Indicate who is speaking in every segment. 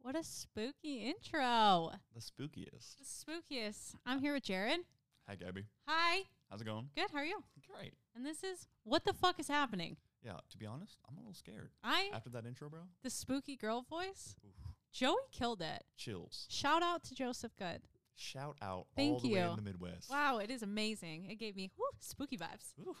Speaker 1: What a spooky intro.
Speaker 2: The spookiest.
Speaker 1: The spookiest. I'm here with Jared.
Speaker 2: Hi, Gabby.
Speaker 1: Hi.
Speaker 2: How's it going?
Speaker 1: Good. How are you?
Speaker 2: Great.
Speaker 1: And this is What the Fuck is Happening?
Speaker 2: Yeah, to be honest, I'm a little scared.
Speaker 1: I,
Speaker 2: After that intro, bro,
Speaker 1: the spooky girl voice,
Speaker 2: oof,
Speaker 1: Joey killed it.
Speaker 2: chills.
Speaker 1: Shout out to Joseph Good.
Speaker 2: Shout out all
Speaker 1: Thank
Speaker 2: the way
Speaker 1: you.
Speaker 2: in the Midwest.
Speaker 1: Wow, it is amazing. It gave me whew, spooky vibes.
Speaker 2: Oof.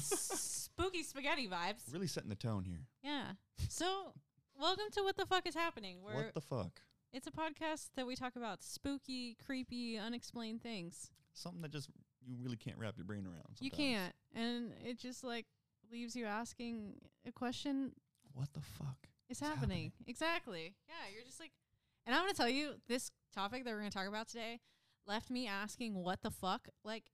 Speaker 1: spooky spaghetti vibes.
Speaker 2: Really setting the tone here.
Speaker 1: Yeah. So, welcome to What the Fuck is Happening. Where
Speaker 2: what the fuck?
Speaker 1: it's a podcast that we talk about spooky, creepy, unexplained things.
Speaker 2: Something that just you really can't wrap your brain around. Sometimes.
Speaker 1: You can't. And it just like leaves you asking a question
Speaker 2: What the fuck?
Speaker 1: is
Speaker 2: It's happening.
Speaker 1: happening. Exactly. Yeah, you're just like and I'm going to tell you this topic that we're going to talk about today left me asking what the fuck like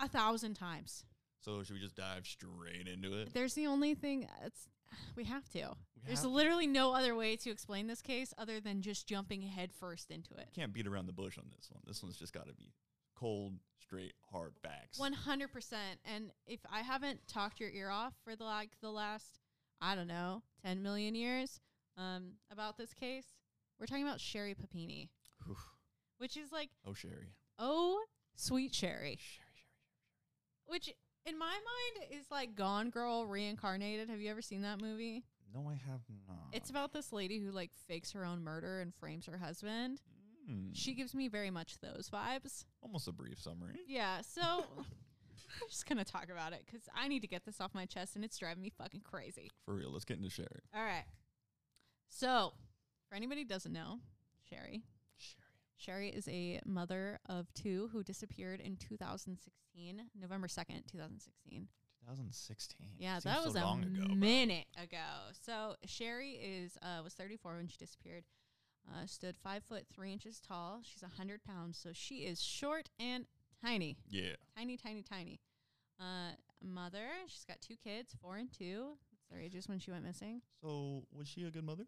Speaker 1: a thousand times.
Speaker 2: So should we just dive straight into it?
Speaker 1: There's the only thing it's we have to.
Speaker 2: We
Speaker 1: There's
Speaker 2: have-
Speaker 1: literally no other way to explain this case other than just jumping headfirst into it.
Speaker 2: can't beat around the bush on this one. This one's just got to be cold, straight, hard facts.
Speaker 1: One hundred percent. And if I haven't talked your ear off for the like the last, I don't know, ten million years, um, about this case, we're talking about Sherry Papini,
Speaker 2: Oof.
Speaker 1: which is like,
Speaker 2: Oh, Sherry.
Speaker 1: oh, sweet Sherry,
Speaker 2: Sherry, Sherry.
Speaker 1: which in my mind is like Gone Girl reincarnated. Have you ever seen that movie?
Speaker 2: No, I have not.
Speaker 1: It's about this lady who like fakes her own murder and frames her husband.
Speaker 2: Mm,
Speaker 1: She gives me very much those vibes.
Speaker 2: almost a brief summary.
Speaker 1: Yeah, so we're just gonna talk about it because I need to get this off my chest and it's driving me fucking crazy.
Speaker 2: For real, let's get into Sherry.
Speaker 1: All right. So, for anybody who doesn't know, Sherry.
Speaker 2: Sherry.
Speaker 1: Sherry is a mother of two who disappeared in 2016, November 2nd, 2016.
Speaker 2: 2016.
Speaker 1: Yeah,
Speaker 2: Seems
Speaker 1: that
Speaker 2: so
Speaker 1: was a
Speaker 2: long ago. but
Speaker 1: minute ago. So Sherry is uh, was 34 when she disappeared. Uh, stood five foot three inches tall. She's 100 pounds, so she is short and tiny.
Speaker 2: Yeah.
Speaker 1: tiny, tiny, tiny. Uh, mother, she's got two kids, four and two. That's their ages when she went missing.
Speaker 2: So was she a good mother?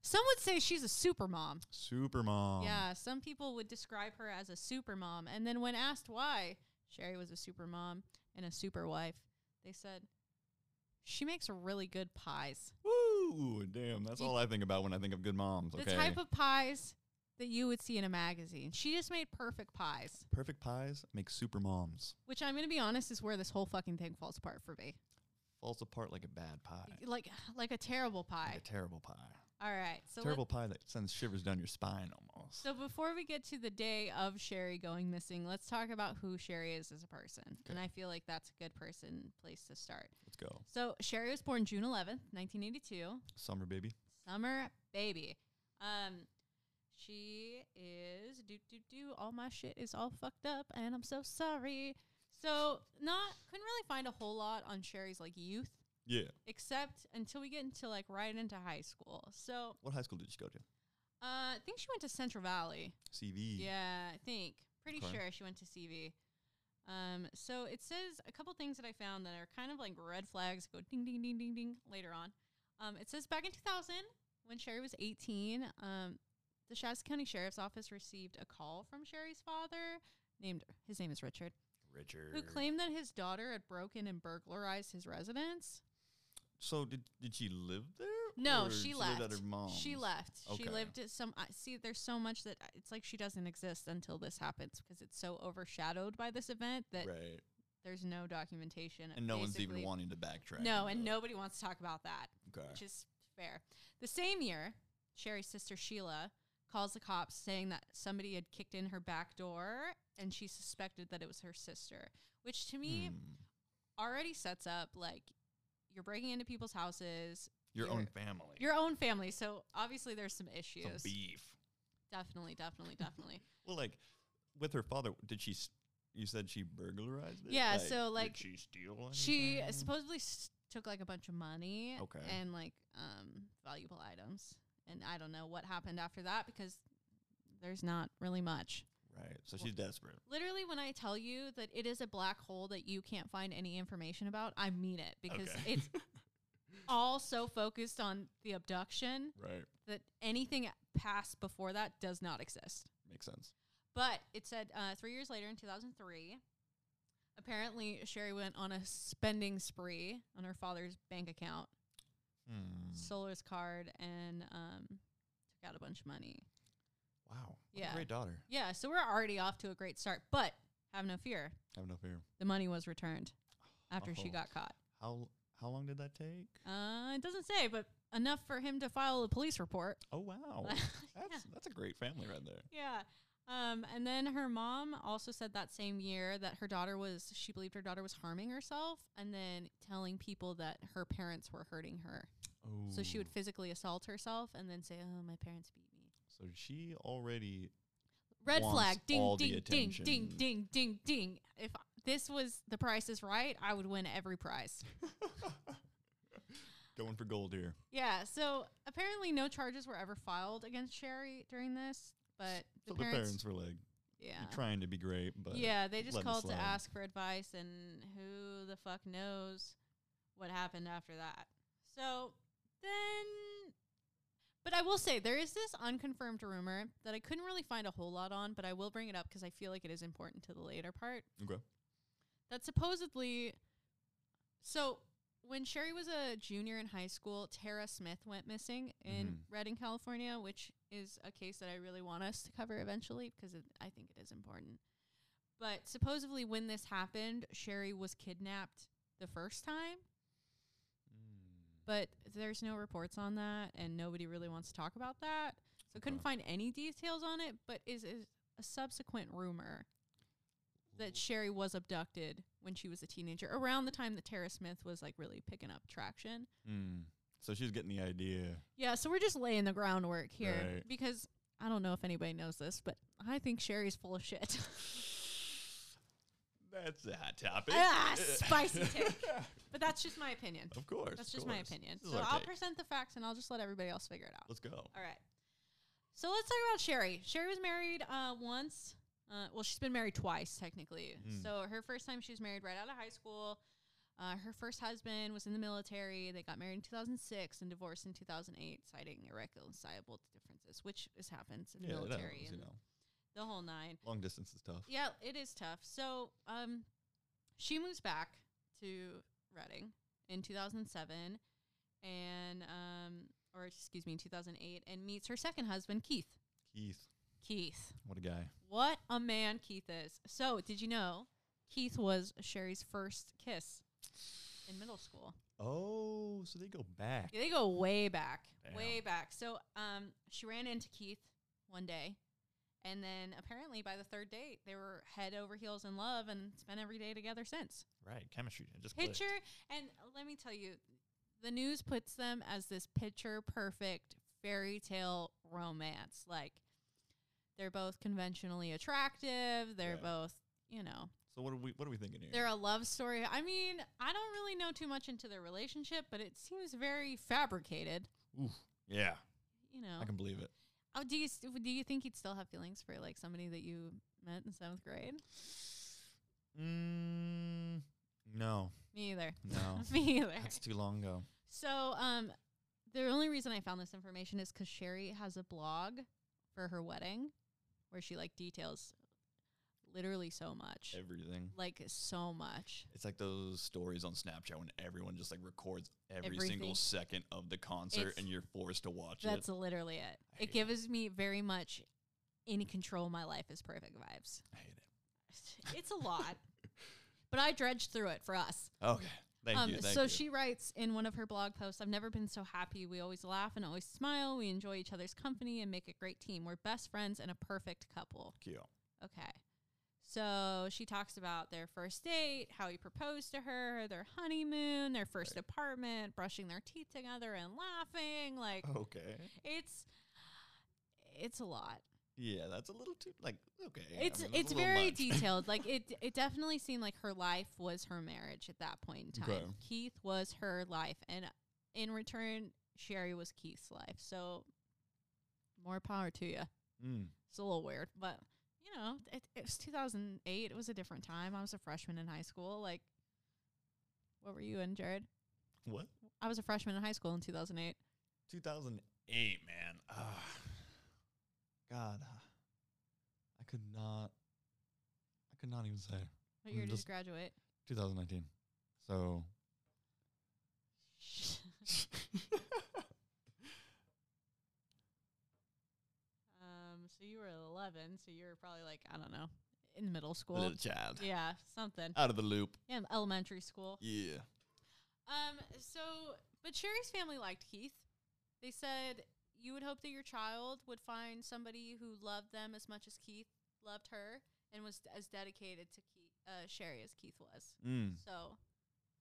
Speaker 1: Some would say she's a super mom.
Speaker 2: Super mom.
Speaker 1: yeah, some people would describe her as a super mom. And then when asked why Sherry was a super mom and a super wife, they said she makes really good pies.
Speaker 2: Woo! Damn, that's
Speaker 1: You-
Speaker 2: all I think about when I think of good moms. Okay.
Speaker 1: The type of pies that you would see in a magazine. She just made perfect pies,
Speaker 2: perfect pies make super moms.
Speaker 1: which I'm going to be honest is where this whole fucking thing falls apart for me.
Speaker 2: Falls apart like a bad pie.
Speaker 1: Like like a terrible
Speaker 2: Like
Speaker 1: pie.
Speaker 2: a terrible pie.
Speaker 1: All right. So let-
Speaker 2: terrible pie that sends shivers down your spine almost.
Speaker 1: So before we get to the day of Sherry going missing, let's talk about who Sherry is as a person. And
Speaker 2: Okay.
Speaker 1: I feel like that's a good person place to start.
Speaker 2: Let's go.
Speaker 1: So Sherry was born June 11th, 1982.
Speaker 2: Summer baby.
Speaker 1: Summer baby. Um she is do do do all my shit is all fucked up and I'm so sorry. So not couldn't really find a whole lot on Sherry's like youth
Speaker 2: Yeah.
Speaker 1: except until we get into like right into high school. So
Speaker 2: What high school did she go to?
Speaker 1: uh, I think she went to Central Valley.
Speaker 2: CV.
Speaker 1: Yeah, I think. Pretty
Speaker 2: Okay.
Speaker 1: sure she went to CV. Um, so it says a couple things that I found that are kind of like red flags go ding, ding, ding, ding, ding later on. Um, it says back in 2000, when Sherry was 18, um, the Shasta County Sheriff's Office received a call from Sherry's father, named his name is Richard,
Speaker 2: Richard.
Speaker 1: who claimed that his daughter had broken and burglarized his residence.
Speaker 2: So did did she live there?
Speaker 1: No,
Speaker 2: Or
Speaker 1: she
Speaker 2: lived
Speaker 1: left.
Speaker 2: at her mom's.
Speaker 1: She left. She
Speaker 2: Oh, Okay.
Speaker 1: lived at some. I see, there's so much that I- it's like she doesn't exist until this happens because it's so overshadowed by this event that
Speaker 2: Right.
Speaker 1: there's no documentation. of
Speaker 2: And no one's even
Speaker 1: basically-
Speaker 2: wanting to backtrack.
Speaker 1: No,
Speaker 2: into
Speaker 1: and
Speaker 2: it.
Speaker 1: nobody wants to talk about that,
Speaker 2: Okay.
Speaker 1: which is fair. The same year, Sherry's sister Sheila calls the cops saying that somebody had kicked in her back door and she suspected that it was her sister, which to me
Speaker 2: Hmm.
Speaker 1: already sets up like you're breaking into people's houses,
Speaker 2: Your
Speaker 1: Your-
Speaker 2: own family.
Speaker 1: your own family. So obviously there's some
Speaker 2: Some
Speaker 1: issues.
Speaker 2: beef.
Speaker 1: Definitely, definitely, definitely.
Speaker 2: Well, like with her father, did she? s- You said she burglarized it.
Speaker 1: Yeah, so, like,
Speaker 2: did she steal?
Speaker 1: she
Speaker 2: anything?
Speaker 1: supposedly s- took like a bunch of money
Speaker 2: Okay.
Speaker 1: and like um valuable items. And I don't know what happened after that because there's not really much.
Speaker 2: Right. So she's desperate.
Speaker 1: Literally, when I tell you that it is a black hole that you can't find any information about, I mean it because
Speaker 2: Okay.
Speaker 1: it's all so focused on the abduction
Speaker 2: Right.
Speaker 1: that anything past before that does not exist.
Speaker 2: Makes sense.
Speaker 1: But it said uh, three years later in 2003, apparently Sherry went on a spending spree on her father's bank account,
Speaker 2: Hmm.
Speaker 1: stole his card, and um, got a bunch of money.
Speaker 2: Wow. What
Speaker 1: Yeah.
Speaker 2: A great daughter.
Speaker 1: Yeah, so we're already off to a great start, but have no fear.
Speaker 2: Have no fear.
Speaker 1: The money was returned after she
Speaker 2: Oh.
Speaker 1: got caught.
Speaker 2: How how long did that take?
Speaker 1: Uh, it doesn't say, but enough for him to file a police report.
Speaker 2: Oh wow.
Speaker 1: Yeah.
Speaker 2: that's that's a great family right there.
Speaker 1: Yeah. Um, and then her mom also said that same year that her daughter was, she believed her daughter was harming herself and then telling people that her parents were hurting her.
Speaker 2: Oh.
Speaker 1: So she would physically assault herself and then say, Oh, my parents beat me.
Speaker 2: So she already
Speaker 1: Red
Speaker 2: Wants
Speaker 1: flag. Ding,
Speaker 2: all the
Speaker 1: ding, ding, ding,
Speaker 2: attention.
Speaker 1: ding, ding, ding. If this was the price is right, I would win every prize.
Speaker 2: going for gold here.
Speaker 1: Yeah. So apparently, no charges were ever filed against Sherry during this, but the
Speaker 2: So the
Speaker 1: parents,
Speaker 2: parents were like
Speaker 1: yeah.
Speaker 2: "You're trying to be great, but
Speaker 1: yeah, they just
Speaker 2: letting
Speaker 1: called to
Speaker 2: slide.
Speaker 1: ask for advice, and who the fuck knows what happened after that. So then, but I will say there is this unconfirmed rumor that I couldn't really find a whole lot on, but I will bring it up because I feel like it is important to the later part.
Speaker 2: Okay.
Speaker 1: That supposedly, so when Sherry was a junior in high school, Tara Smith went missing in
Speaker 2: Mhm.
Speaker 1: Redding, California, which is a case that I really want us to cover eventually because it, I think it is important. But supposedly, when this happened, Sherry was kidnapped the first time, Mm. but there's no reports on that, and nobody really wants to talk about that. So I couldn't
Speaker 2: Okay.
Speaker 1: find any details on it, but is, is a subsequent rumor that Sherry was abducted when she was a teenager, around the time that Tara Smith was like really picking up traction.
Speaker 2: Mm. So she's getting the idea.
Speaker 1: Yeah, so we're just laying the groundwork here
Speaker 2: Right.
Speaker 1: because I don't know if anybody knows this, but I think Sherry's full of shit.
Speaker 2: That's a hot topic.
Speaker 1: Ah, spicy take. but that's just my opinion.
Speaker 2: of course.
Speaker 1: That's
Speaker 2: of
Speaker 1: just my
Speaker 2: course.
Speaker 1: opinion.
Speaker 2: This is
Speaker 1: So
Speaker 2: our
Speaker 1: I'll
Speaker 2: take.
Speaker 1: present the facts and I'll just let everybody else figure it out.
Speaker 2: Let's go.
Speaker 1: All right. So let's talk about Sherry. Sherry was married uh, once. Uh, well, she's been married twice, technically.
Speaker 2: Mm.
Speaker 1: So her first time she was married right out of high school. Uh, her first husband was in the military. They got married in 2006 and divorced in 2008, citing irreconcilable differences, which is happens in the
Speaker 2: Yeah, it
Speaker 1: military
Speaker 2: happens,
Speaker 1: and
Speaker 2: you know,
Speaker 1: the whole nine.
Speaker 2: long distance is tough.
Speaker 1: Yeah, it is tough. So, um, she moves back to Reading in 2007, and um, or excuse me, in 2008, and meets her second husband, Keith.
Speaker 2: Keith,
Speaker 1: Keith,
Speaker 2: what a guy.
Speaker 1: what a man Keith is. So, did you know Keith was Sherry's first kiss in middle school?
Speaker 2: Oh, so they go back.
Speaker 1: Yeah, they go way back,
Speaker 2: Damn.
Speaker 1: way back. So, um, she ran into Keith one day, and then apparently by the third date, they were head over heels in love and spent every day together since.
Speaker 2: Right, chemistry. It just clicked.
Speaker 1: Picture and let me tell you, the news puts them as this picture perfect fairy tale romance. Like they're both conventionally attractive. They're
Speaker 2: Yeah.
Speaker 1: both, you know,
Speaker 2: So what are we? What are we thinking here?
Speaker 1: they're a love story. I mean, I don't really know too much into their relationship, but it seems very fabricated.
Speaker 2: yeah,
Speaker 1: You know,
Speaker 2: I can believe it.
Speaker 1: oh, do you st- do you think you'd still have feelings for like somebody that you met in seventh grade?
Speaker 2: Mm, no,
Speaker 1: Me either.
Speaker 2: no,
Speaker 1: Me either.
Speaker 2: that's too long ago.
Speaker 1: So, um, the only reason I found this information is 'cause Sherry has a blog for her wedding where she like details literally so much,
Speaker 2: Everything.
Speaker 1: like so much.
Speaker 2: It's like those stories on Snapchat when everyone just like records every
Speaker 1: Everything.
Speaker 2: single second of the concert,
Speaker 1: It's-
Speaker 2: and you're forced to watch it.
Speaker 1: That's literally it.
Speaker 2: I
Speaker 1: It
Speaker 2: hate it.
Speaker 1: gives me very much in control. My life is perfect vibes.
Speaker 2: I hate it.
Speaker 1: It's a lot, but I dredged through it for us.
Speaker 2: Okay, thank
Speaker 1: um,
Speaker 2: you. Thank
Speaker 1: so
Speaker 2: you.
Speaker 1: she writes in one of her blog posts, I've never been so happy. We always laugh and always smile. We enjoy each other's company and make a great team. We're best friends and a perfect couple.
Speaker 2: Cute.
Speaker 1: Okay. So she talks about their first date, how he proposed to her, their honeymoon, their first
Speaker 2: Right.
Speaker 1: apartment, brushing their teeth together and laughing. Like
Speaker 2: Okay.
Speaker 1: it's it's a lot.
Speaker 2: Yeah, that's a little too like okay. I
Speaker 1: it's
Speaker 2: mean, that's a
Speaker 1: it's
Speaker 2: little
Speaker 1: very
Speaker 2: much.
Speaker 1: detailed. Like it it definitely seemed like her life was her marriage at that point in time.
Speaker 2: Okay.
Speaker 1: Keith was her life and in return Sherry was Keith's life. So more power to you.
Speaker 2: Mm,
Speaker 1: It's a little weird, but you know, it, it was 2008. It was a different time. I was a freshman in high school. Like, what were you in, Jared?
Speaker 2: what?
Speaker 1: I was a freshman in high school in 2008.
Speaker 2: 2008, man. Ah, God, I could not. I could not even say
Speaker 1: What year did you
Speaker 2: Mm, Just-
Speaker 1: graduate?
Speaker 2: 2019. So
Speaker 1: Um, So you were 11, so you were probably like, I don't know, in middle school.
Speaker 2: Little child.
Speaker 1: Yeah, something.
Speaker 2: Out of the loop.
Speaker 1: Yeah, elementary school.
Speaker 2: Yeah.
Speaker 1: Um, so, but Sherry's family liked Keith. They said you would hope that your child would find somebody who loved them as much as Keith loved her and was as dedicated to Keith, uh, Sherry as Keith was.
Speaker 2: Mm.
Speaker 1: So,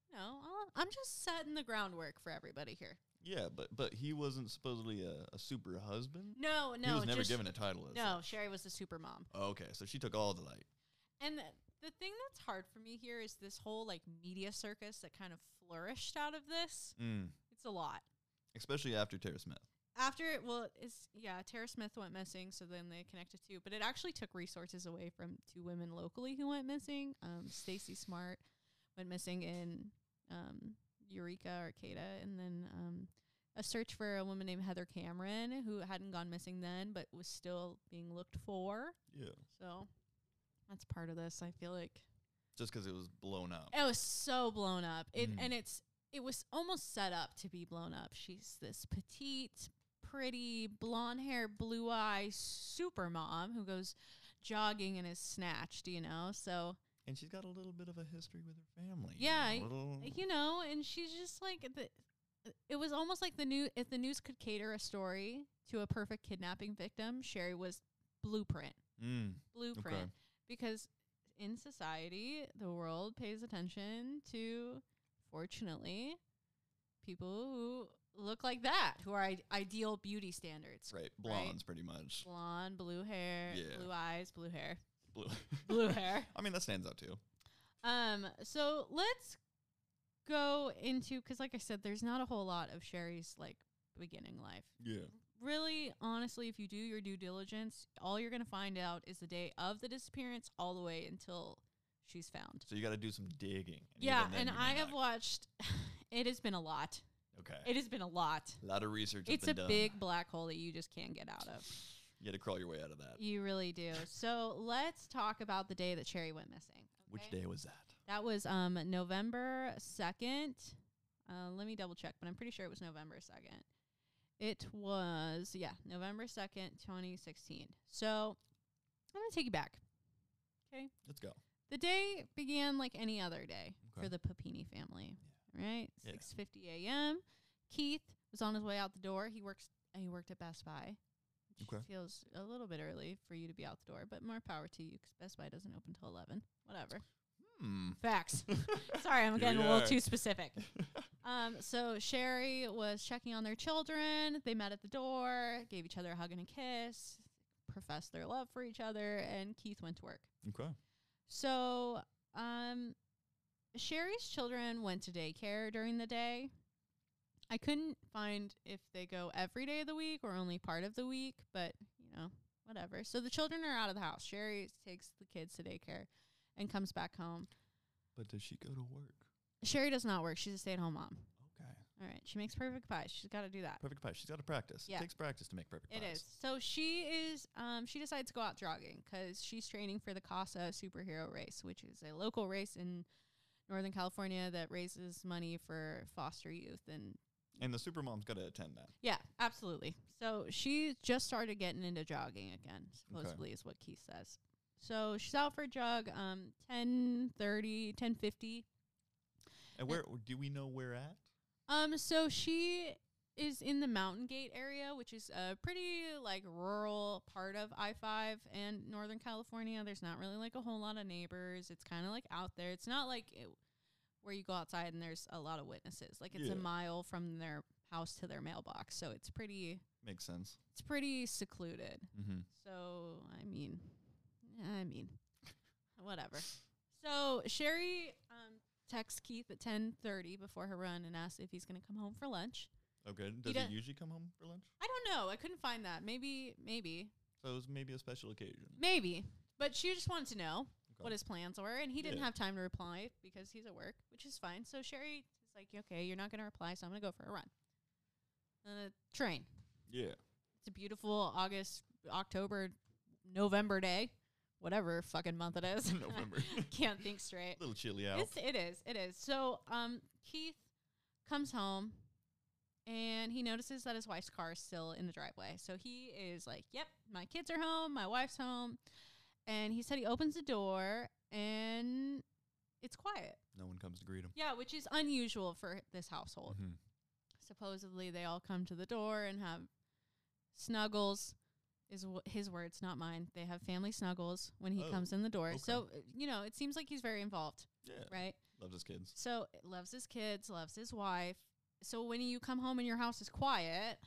Speaker 1: you know, I'll, I'm just setting the groundwork for everybody here.
Speaker 2: Yeah, but but he wasn't supposedly a, a super husband.
Speaker 1: No, no,
Speaker 2: he was never
Speaker 1: just-
Speaker 2: given a title. As
Speaker 1: No,
Speaker 2: such.
Speaker 1: Sherry was the super mom.
Speaker 2: Okay, so she took all the light.
Speaker 1: And th- the thing that's hard for me here is this whole like media circus that kind of flourished out of this.
Speaker 2: Mm.
Speaker 1: It's a lot.
Speaker 2: Especially after Tara Smith.
Speaker 1: After it, well, it's yeah, Tara Smith went missing, so then they connected two, but it actually took resources away from two women locally who went missing. Um, Stacy Smart went missing in um, Eureka, Arcata, and then um, a search for a woman named Heather Cameron who hadn't gone missing then, but was still being looked for.
Speaker 2: Yeah.
Speaker 1: So that's part of this. I feel like
Speaker 2: Just because it was blown up.
Speaker 1: It was so blown up. It
Speaker 2: Mm.
Speaker 1: and it's it was almost set up to be blown up. She's this petite, pretty, blonde hair, blue eye super mom who goes jogging and is snatched, you know. So
Speaker 2: And she's got a little bit of a history with her family.
Speaker 1: Yeah,
Speaker 2: a
Speaker 1: I-
Speaker 2: little-
Speaker 1: you know, and she's just like the, it was almost like the new if the news could cater a story to a perfect kidnapping victim, Sherry was blueprint.
Speaker 2: Mm.
Speaker 1: Blueprint. Because in society, the world pays attention to, fortunately, people who look like that, who are I- ideal beauty standards.
Speaker 2: Right. Blondes, pretty much.
Speaker 1: Blonde, blue hair,
Speaker 2: Yeah.
Speaker 1: blue eyes, blue hair,
Speaker 2: Blue.
Speaker 1: blue hair.
Speaker 2: I mean, that stands out too.
Speaker 1: Um, so let's go into because, like I said, there's not a whole lot of Sherry's like beginning life.
Speaker 2: Yeah.
Speaker 1: Really, honestly, if you do your due diligence, all you're gonna find out is the day of the disappearance, all the way until she's found.
Speaker 2: So you got to do some digging.
Speaker 1: yeah,
Speaker 2: even then
Speaker 1: and
Speaker 2: you may
Speaker 1: I have
Speaker 2: not-
Speaker 1: watched. It has been a lot.
Speaker 2: Okay.
Speaker 1: It has been a lot.
Speaker 2: a lot of research. has
Speaker 1: It's
Speaker 2: been
Speaker 1: a
Speaker 2: done.
Speaker 1: big black hole that you just can't get out of.
Speaker 2: You had to crawl your way out of that.
Speaker 1: You really do. So let's talk about the day that Sherry went missing.
Speaker 2: Which
Speaker 1: okay?
Speaker 2: day was that?
Speaker 1: That was um November second. Uh, let me double check, but I'm pretty sure it was November second. It was yeah November second, 2016. So I'm gonna take you back.
Speaker 2: Let's go.
Speaker 1: The day began like any other day
Speaker 2: Okay.
Speaker 1: for the Papini family. Right,
Speaker 2: Yeah.
Speaker 1: 6:50 a.m. Keith was on his way out the door. He works. He worked at Best Buy. Which
Speaker 2: Okay.
Speaker 1: Feels a little bit early for you to be out the door, but more power to you 'cause Best Buy doesn't open till 11. Whatever.
Speaker 2: Hmm.
Speaker 1: Facts. Sorry, I'm
Speaker 2: Here
Speaker 1: getting
Speaker 2: we
Speaker 1: a little
Speaker 2: are.
Speaker 1: too specific. um, so Sherry was checking on their children. They met at the door, gave each other a hug and a kiss, professed their love for each other, and Keith went to work.
Speaker 2: Okay.
Speaker 1: So, um, Sherry's children went to daycare during the day. I couldn't find if they go every day of the week or only part of the week, but you know, whatever. So the children are out of the house. Sherry takes the kids to daycare and comes back home.
Speaker 2: But does she go to work?
Speaker 1: Sherry does not work. She's a stay at home mom.
Speaker 2: Okay.
Speaker 1: All right. She makes perfect pies. She's got to do that.
Speaker 2: Perfect pie. She's got to practice.
Speaker 1: Yeah.
Speaker 2: It takes practice to make perfect
Speaker 1: It
Speaker 2: pies.
Speaker 1: is. So she is, um, she decides to go out jogging 'cause she's training for the CASA superhero race, which is a local race in Northern California that raises money for foster youth. And
Speaker 2: And the supermom's got to attend that.
Speaker 1: yeah, absolutely. So she just started getting into jogging again, supposedly, is what Keith says. So she's out for a jog, um, 1030, 1050.
Speaker 2: And where do we know where at?
Speaker 1: Um, so she is in the Mountain Gate area, which is a pretty like rural part of I five and Northern California. There's not really like a whole lot of neighbors. It's kind of like out there. It's not like it, where you go outside and there's a lot of witnesses. Like it's
Speaker 2: Yeah.
Speaker 1: a mile from their house to their mailbox, so it's pretty
Speaker 2: Makes sense.
Speaker 1: it's pretty secluded.
Speaker 2: Mm-hmm.
Speaker 1: So I mean, I mean, whatever. So Sherry um, texts Keith at ten thirty before her run and asks if he's going to come home for lunch.
Speaker 2: Okay. Does he
Speaker 1: don't-
Speaker 2: usually come home for lunch?
Speaker 1: I don't know. I couldn't find that. Maybe, maybe,
Speaker 2: So it was maybe a special occasion.
Speaker 1: maybe. But she just wanted to know what
Speaker 2: Okay.
Speaker 1: his plans were, and he didn't
Speaker 2: Yeah.
Speaker 1: have time to reply because he's at work, which is fine. So Sherry is like, "Okay, you're not going to reply, so I'm going to go for a run." Uh, train.
Speaker 2: Yeah.
Speaker 1: It's a beautiful August, October, November day, whatever fucking month it is.
Speaker 2: November.
Speaker 1: Can't think straight.
Speaker 2: little chilly out.
Speaker 1: It's, it is. It is. So um, Keith comes home and he notices that his wife's car is still in the driveway. So he is like, "Yep, my kids are home, my wife's home." And he said he opens the door and it's quiet.
Speaker 2: No one comes to greet him.
Speaker 1: Yeah, which is unusual for this household.
Speaker 2: Mhm.
Speaker 1: Supposedly they all come to the door and have snuggles is w- his words, not mine. They have family snuggles when he
Speaker 2: Oh,
Speaker 1: comes in the door.
Speaker 2: okay.
Speaker 1: So, uh, you know, it seems like he's very involved,
Speaker 2: Yeah,
Speaker 1: right?
Speaker 2: loves his kids.
Speaker 1: So loves his kids, loves his wife. So when you come home and your house is quiet,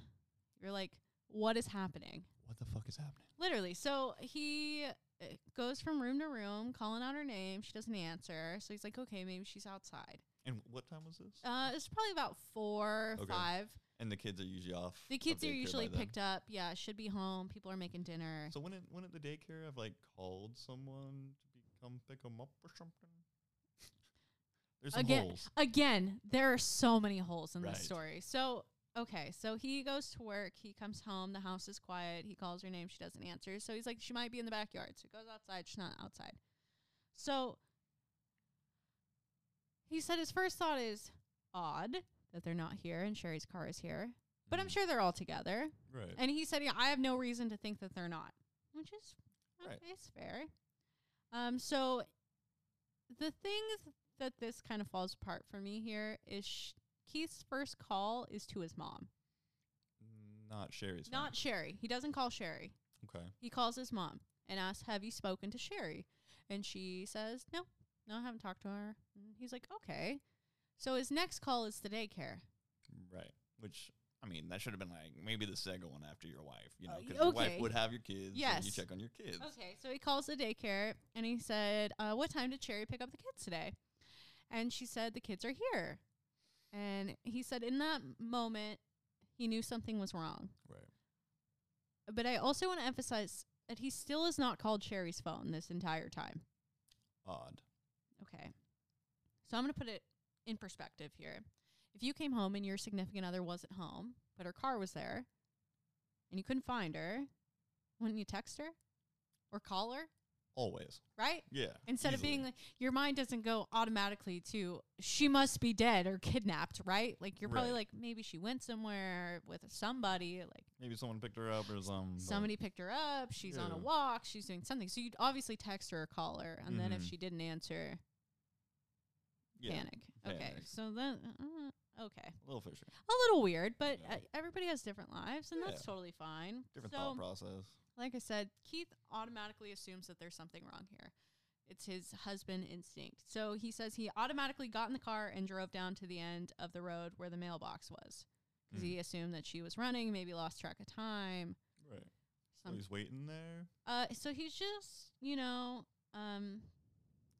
Speaker 1: you're like, what is happening?
Speaker 2: What the fuck is happening?
Speaker 1: Literally. So he uh, goes from room to room, calling out her name. She doesn't answer. So he's like, okay, maybe she's outside.
Speaker 2: And what time was this?
Speaker 1: Uh, it's probably about four,
Speaker 2: Okay.
Speaker 1: five.
Speaker 2: and the kids are usually off.
Speaker 1: The
Speaker 2: of
Speaker 1: kids are
Speaker 2: daycare by
Speaker 1: usually
Speaker 2: then.
Speaker 1: picked up. Yeah, should be home. People are making dinner.
Speaker 2: So when it when at the daycare, I've like called someone to be, come pick 'em up or something. There's some
Speaker 1: Again-
Speaker 2: holes.
Speaker 1: Again, there are so many holes in
Speaker 2: Right.
Speaker 1: this story. So okay, so he goes to work. He comes home. The house is quiet. He calls her name. She doesn't answer. So he's like, she might be in the backyard. So he goes outside. She's not outside. So he said his first thought is odd that they're not here and Sherry's car is here. But I'm
Speaker 2: Mm.
Speaker 1: sure they're all together.
Speaker 2: Right.
Speaker 1: And he said, yeah, I have no reason to think that they're not, which is
Speaker 2: Right.
Speaker 1: it's fair. Um, so the things that this kind of falls apart for me here is sh- Keith's first call is to his mom,
Speaker 2: Not Sherry's. mom.
Speaker 1: not Sherry. He doesn't call Sherry.
Speaker 2: okay.
Speaker 1: He calls his mom and asks, "Have you spoken to Sherry?" And she says, "No, no, I haven't talked to her." And he's like, "Okay." So his next call is the daycare.
Speaker 2: Right. Which I mean, that should have been like maybe the second one after your wife, you know,
Speaker 1: Uh, y-
Speaker 2: because your
Speaker 1: okay.
Speaker 2: wife would have your kids. And you
Speaker 1: Yes.
Speaker 2: check on your kids.
Speaker 1: Okay, so he calls the daycare and he said, uh, "What time did Cherry pick up the kids today?" And she said, "The kids are here." And he said, in that moment, he knew something was wrong.
Speaker 2: Right.
Speaker 1: But I also want to emphasize that he still has not called Cherry's phone this entire time.
Speaker 2: Odd.
Speaker 1: Okay, so I'm going to put it in perspective here. If you came home and your significant other wasn't home, but her car was there, and you couldn't find her, wouldn't you text her or call her?
Speaker 2: Always.
Speaker 1: Right?
Speaker 2: Yeah.
Speaker 1: Instead of
Speaker 2: easily.
Speaker 1: being like, your mind doesn't go automatically to, she must be dead or kidnapped, right? Like, you're probably
Speaker 2: Right.
Speaker 1: like, maybe she went somewhere with somebody, like,
Speaker 2: maybe someone picked her up or something. but-
Speaker 1: somebody picked her up, she's on a
Speaker 2: Yeah.
Speaker 1: walk, she's doing something. So you'd obviously text her or call her. And then if
Speaker 2: Mhm.
Speaker 1: she didn't answer,
Speaker 2: Yeah.
Speaker 1: panic. Okay.
Speaker 2: panic.
Speaker 1: So then, uh, okay.
Speaker 2: Little Fisher.
Speaker 1: A little weird, but
Speaker 2: Yeah.
Speaker 1: uh, everybody has different lives, and that's
Speaker 2: Yeah.
Speaker 1: totally fine.
Speaker 2: Different
Speaker 1: so,
Speaker 2: thought process.
Speaker 1: like I said, Keith automatically assumes that there's something wrong here. It's his husband instinct. So he says he automatically got in the car and drove down to the end of the road where the mailbox was because
Speaker 2: Mhm.
Speaker 1: he assumed that she was running, maybe lost track of time.
Speaker 2: Right. So
Speaker 1: Some,
Speaker 2: he's waiting there,
Speaker 1: uh, so he's just, you know, um,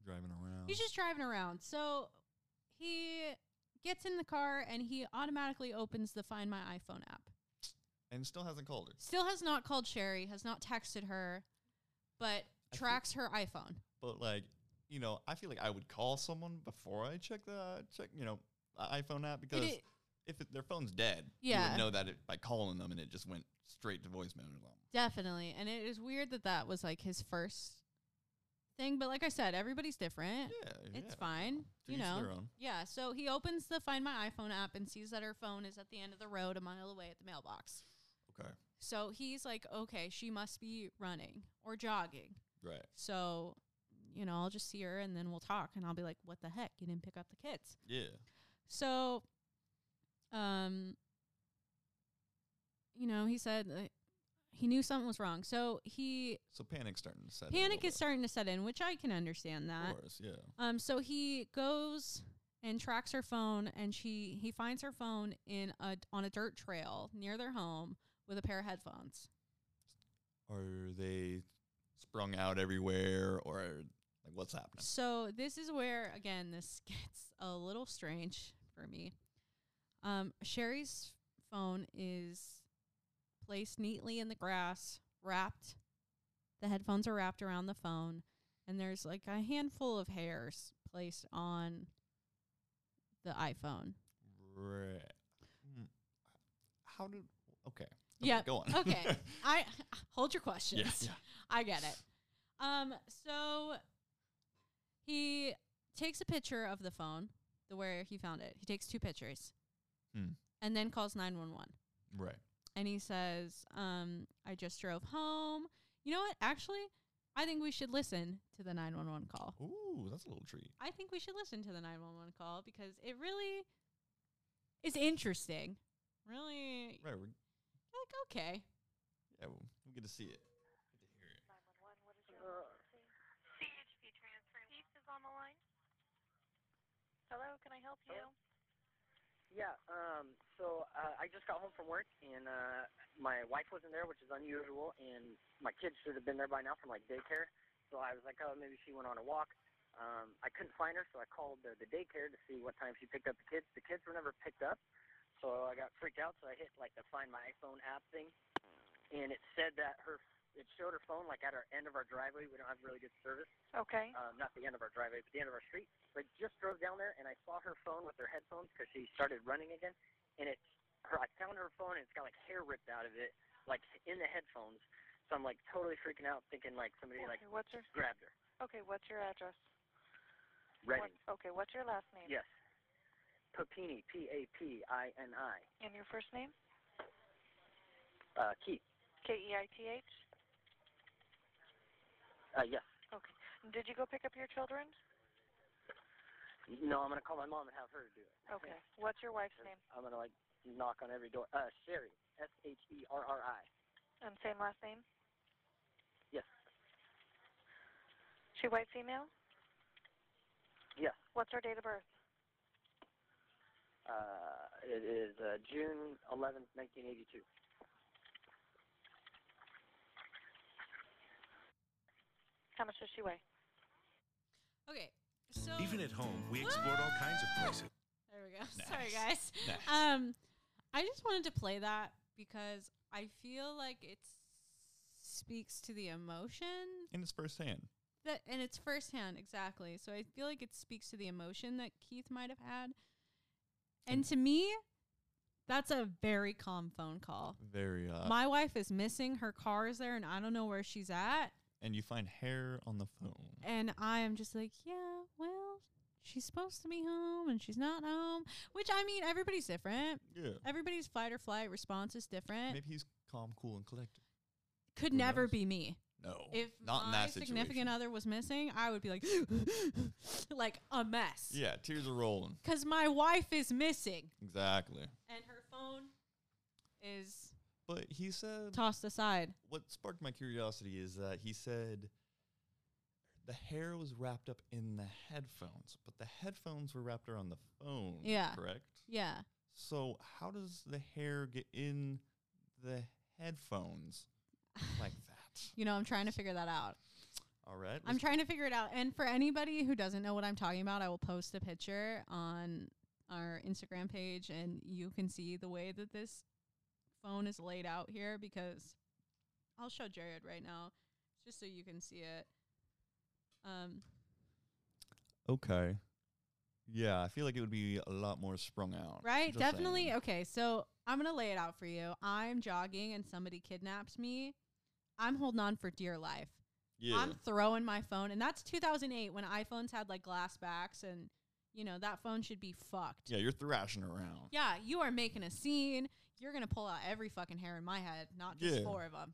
Speaker 2: driving around.
Speaker 1: he's just driving around. So he gets in the car and he automatically opens the Find My iPhone app.
Speaker 2: and still hasn't called her.
Speaker 1: Still has not called Sherry, has not texted her, but
Speaker 2: feel-
Speaker 1: tracks her iPhone.
Speaker 2: But like, you know, I feel like I would call someone before I check the check, you know, i- iPhone app because
Speaker 1: It, i-
Speaker 2: if it, their phone's dead, you
Speaker 1: Yeah.
Speaker 2: would know that it, by calling them and it just went straight to voicemail or something.
Speaker 1: Definitely. And it is weird that that was like his first thing. But like I said, everybody's different.
Speaker 2: Yeah,
Speaker 1: It's
Speaker 2: yeah.
Speaker 1: fine.
Speaker 2: To
Speaker 1: you
Speaker 2: each
Speaker 1: know.
Speaker 2: their own.
Speaker 1: Yeah. So he opens the Find My iPhone app and sees that her phone is at the end of the road, a mile away at the mailbox.
Speaker 2: Okay,
Speaker 1: So he's like, okay, she must be running or jogging.
Speaker 2: right.
Speaker 1: So, you know, I'll just see her and then we'll talk. And I'll be like, what the heck? You didn't pick up the kids.
Speaker 2: Yeah,
Speaker 1: So, um, you know, he said that he knew something was wrong. So he
Speaker 2: so panic's starting to set. in a
Speaker 1: panic
Speaker 2: little
Speaker 1: is
Speaker 2: bit.
Speaker 1: starting to set in, which I can understand that.
Speaker 2: Of course, yeah.
Speaker 1: Um, so he goes and tracks her phone, and she he finds her phone in a on a dirt trail near their home with a pair of headphones.
Speaker 2: Are they sprung out everywhere, or like what's happening?
Speaker 1: So this is where again this gets a little strange for me. Um, Sherry's phone is placed neatly in the grass, wrapped. The headphones are wrapped around the phone, and there's like a handful of hairs placed on the iPhone.
Speaker 2: Right. Hmm. How did? Okay. okay,
Speaker 1: Yep.
Speaker 2: Go on.
Speaker 1: Okay. I hold your questions.
Speaker 2: yeah, yeah.
Speaker 1: I get it. Um, so he takes a picture of the phone, the where he found it. He takes two pictures.
Speaker 2: Hmm.
Speaker 1: and then calls 911
Speaker 2: Right.
Speaker 1: and he says, um, I just drove home. You know what? Actually, I think we should listen to the 911 call.
Speaker 2: Ooh, that's a little treat.
Speaker 1: I think we should listen to the 911 call because it really is interesting. Really,
Speaker 2: Right. We're,
Speaker 1: like, okay.
Speaker 2: yeah, we we get to see it. Get to hear it.
Speaker 3: 911, what is your emergency? CHP transferring. Peace is on the line. Hello, can I help you?
Speaker 4: Hello? Yeah, um, so uh, I just got home from work, and uh, my wife wasn't there, which is unusual, and my kids should have been there by now from like daycare. So I was like, oh, maybe she went on a walk. Um, I couldn't find her, so I called the, the daycare to see what time she picked up the kids. The kids were never picked up, so I got freaked out. So I hit like the Find My iPhone app thing, and it said that her it showed her phone like at our end of our driveway. We don't have really good service
Speaker 3: Okay.
Speaker 4: um, not the end of our driveway, but the end of our street. But just drove down there, and I saw her phone with her headphones because she started running again. And it's her. I found her phone, and it's got like hair ripped out of it, like in the headphones. So I'm like totally freaking out, thinking like somebody like
Speaker 3: okay, what's your
Speaker 4: grabbed her.
Speaker 3: Okay, what's your address? What,
Speaker 4: Redding.
Speaker 3: okay, what's your last name?
Speaker 4: Yes. Papini. P A P I N I.
Speaker 3: And your first name?
Speaker 4: Uh, Keith.
Speaker 3: K E I T H.
Speaker 4: Uh, yes.
Speaker 3: Okay. Did you go pick up your children?
Speaker 4: No, I'm gonna call my mom and have her do it.
Speaker 3: Okay. What's your wife's name?
Speaker 4: I'm gonna like knock on every door. Uh, Sherry. S H E R R I.
Speaker 3: And same last name?
Speaker 4: Yes.
Speaker 3: She white female?
Speaker 4: Yes.
Speaker 3: What's her date of birth?
Speaker 4: Uh, it is uh, June 11th, 1982.
Speaker 3: How much does she weigh?
Speaker 1: Okay. So
Speaker 5: Even at home, we explored all kinds of places.
Speaker 1: There we go. Sorry, guys.
Speaker 2: Nice. Nice.
Speaker 1: Um, I just wanted to play that because I feel like it speaks to the emotion
Speaker 2: And it's firsthand.
Speaker 1: that, and it's firsthand, exactly. So I feel like it speaks to the emotion that Keith might have had. And to me, that's a very calm phone call.
Speaker 2: Very uh, odd.
Speaker 1: My wife is missing. Her car is there, and I don't know where she's at.
Speaker 2: and you find hair on the phone.
Speaker 1: And I am just like, yeah, well, she's supposed to be home, and she's not home. Which I mean, everybody's different.
Speaker 2: Yeah.
Speaker 1: everybody's fight or flight response is different.
Speaker 2: Maybe he's calm, cool, and collected.
Speaker 1: Could
Speaker 2: who
Speaker 1: never
Speaker 2: knows?
Speaker 1: be me.
Speaker 2: No.
Speaker 1: If
Speaker 2: not
Speaker 1: my
Speaker 2: in that
Speaker 1: significant
Speaker 2: situation.
Speaker 1: other was missing, I would be like, like a mess.
Speaker 2: Yeah, tears are rolling.
Speaker 1: Because my wife is missing
Speaker 2: Exactly.
Speaker 1: and her phone is
Speaker 2: But he said
Speaker 1: tossed aside.
Speaker 2: what sparked my curiosity is that he said the hair was wrapped up in the headphones, but the headphones were wrapped around the phone.
Speaker 1: Yeah.
Speaker 2: Correct?
Speaker 1: Yeah.
Speaker 2: So how does the hair get in the headphones like that?
Speaker 1: You know, I'm trying to figure that out.
Speaker 2: All right.
Speaker 1: I'm trying to figure it out. And for anybody who doesn't know what I'm talking about, I will post a picture on our Instagram page and you can see the way that this phone is laid out here because I'll show Jared right now just so you can see it. Um
Speaker 2: okay. Yeah, I feel like it would be a lot more sprung out.
Speaker 1: right?
Speaker 2: Just
Speaker 1: Definitely.
Speaker 2: saying.
Speaker 1: Okay, so I'm going to lay it out for you. I'm jogging and somebody kidnaps me. I'm holding on for dear life.
Speaker 2: Yeah.
Speaker 1: I'm throwing my phone and that's 2008 when iPhones had like glass backs and you know, that phone should be fucked.
Speaker 2: yeah, you're thrashing around.
Speaker 1: Yeah, you are making a scene. You're gonna pull out every fucking hair in my head, not just
Speaker 2: Yeah.
Speaker 1: four of them,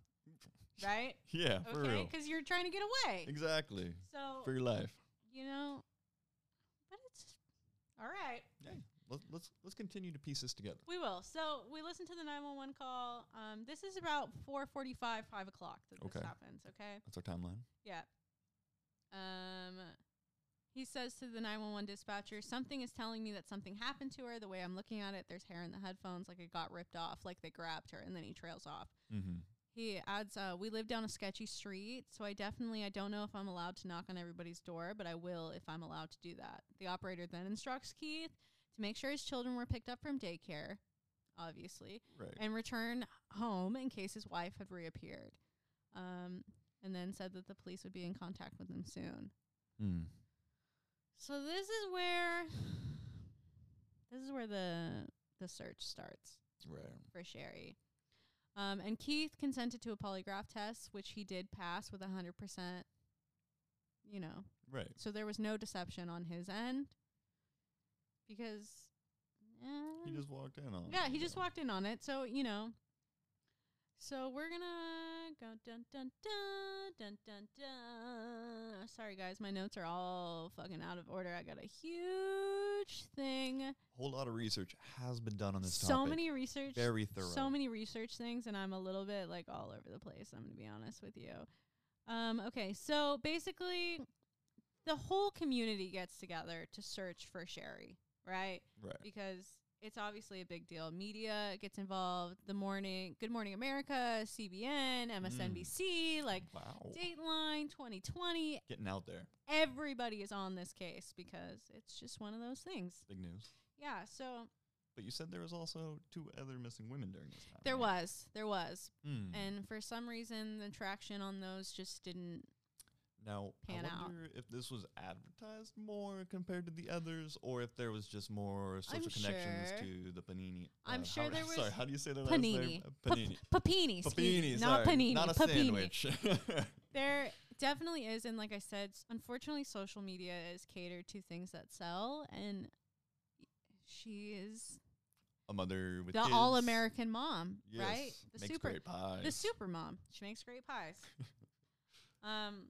Speaker 1: right?
Speaker 2: Yeah, for
Speaker 1: Okay,
Speaker 2: real.
Speaker 1: because you're trying to get away.
Speaker 2: Exactly.
Speaker 1: So
Speaker 2: For your life.
Speaker 1: you know, but it's all right.
Speaker 2: Yeah. Let, let's let's continue to piece this together.
Speaker 1: We will. So we listen to the nine one one call. Um, this is about four forty five, five o'clock that this
Speaker 2: Okay.
Speaker 1: happens. Okay.
Speaker 2: That's our timeline.
Speaker 1: Yeah. Um, he says to the 911 dispatcher, something is telling me that something happened to her. The way I'm looking at it, there's hair in the headphones, like it got ripped off, like they grabbed her, and then he trails off.
Speaker 2: Mm-hmm.
Speaker 1: He adds, uh, "We live down a sketchy street, so I definitely I don't know if I'm allowed to knock on everybody's door, but I will if I'm allowed to do that." The operator then instructs Keith to make sure his children were picked up from daycare, obviously,
Speaker 2: Right.
Speaker 1: and return home in case his wife had reappeared. Um, and then said that the police would be in contact with him soon.
Speaker 2: Mm.
Speaker 1: So this is where this is where the the search starts
Speaker 2: Right.
Speaker 1: for Sherry. Um, and Keith consented to a polygraph test, which he did pass with a 100%. You know,
Speaker 2: Right.
Speaker 1: so there was no deception on his end because eh.
Speaker 2: He just walked in on.
Speaker 1: Yeah, he
Speaker 2: it.
Speaker 1: just walked in on it. So, you know. So we're gonna go dun dun dun dun dun dun. Sorry guys, my notes are all fucking out of order. I got a huge thing.
Speaker 2: whole lot of research has been done on this
Speaker 1: So
Speaker 2: topic.
Speaker 1: many research
Speaker 2: very thorough.
Speaker 1: so many research things and I'm a little bit like all over the place, I'm gonna be honest with you. Um, okay, so basically the whole community gets together to search for Sherry, right?
Speaker 2: right.
Speaker 1: because it's obviously a big deal. Media gets involved. The morning, Good Morning America, CBN, MSNBC, like
Speaker 2: Wow.
Speaker 1: Dateline, 2020.
Speaker 2: Getting out there.
Speaker 1: Everybody is on this case because it's just one of those things.
Speaker 2: Big news.
Speaker 1: Yeah. So
Speaker 2: But you said there was also two other missing women during this time.
Speaker 1: there
Speaker 2: right?
Speaker 1: was, there was,
Speaker 2: Hmm.
Speaker 1: and for some reason the traction on those just didn't.
Speaker 2: now
Speaker 1: pan
Speaker 2: I
Speaker 1: out.
Speaker 2: wonder if this was advertised more compared to the others, or if there was just more social
Speaker 1: I'm
Speaker 2: connections
Speaker 1: sure.
Speaker 2: to the panini.
Speaker 1: I'm
Speaker 2: uh,
Speaker 1: sure
Speaker 2: how,
Speaker 1: there
Speaker 2: Sorry,
Speaker 1: was
Speaker 2: how do you say their last
Speaker 1: Panini,
Speaker 2: name? Uh, Panini.
Speaker 1: Pa- papini, excuse me,
Speaker 2: Papini,
Speaker 1: not
Speaker 2: sorry.
Speaker 1: panini,
Speaker 2: Not a
Speaker 1: papini.
Speaker 2: sandwich.
Speaker 1: There definitely is, and like I said, s- unfortunately, social media is catered to things that sell, and she is
Speaker 2: a mother with
Speaker 1: the
Speaker 2: kids.
Speaker 1: all-American mom,
Speaker 2: Yes,
Speaker 1: right? The
Speaker 2: makes
Speaker 1: super,
Speaker 2: great pies.
Speaker 1: the super mom. She makes great pies. um,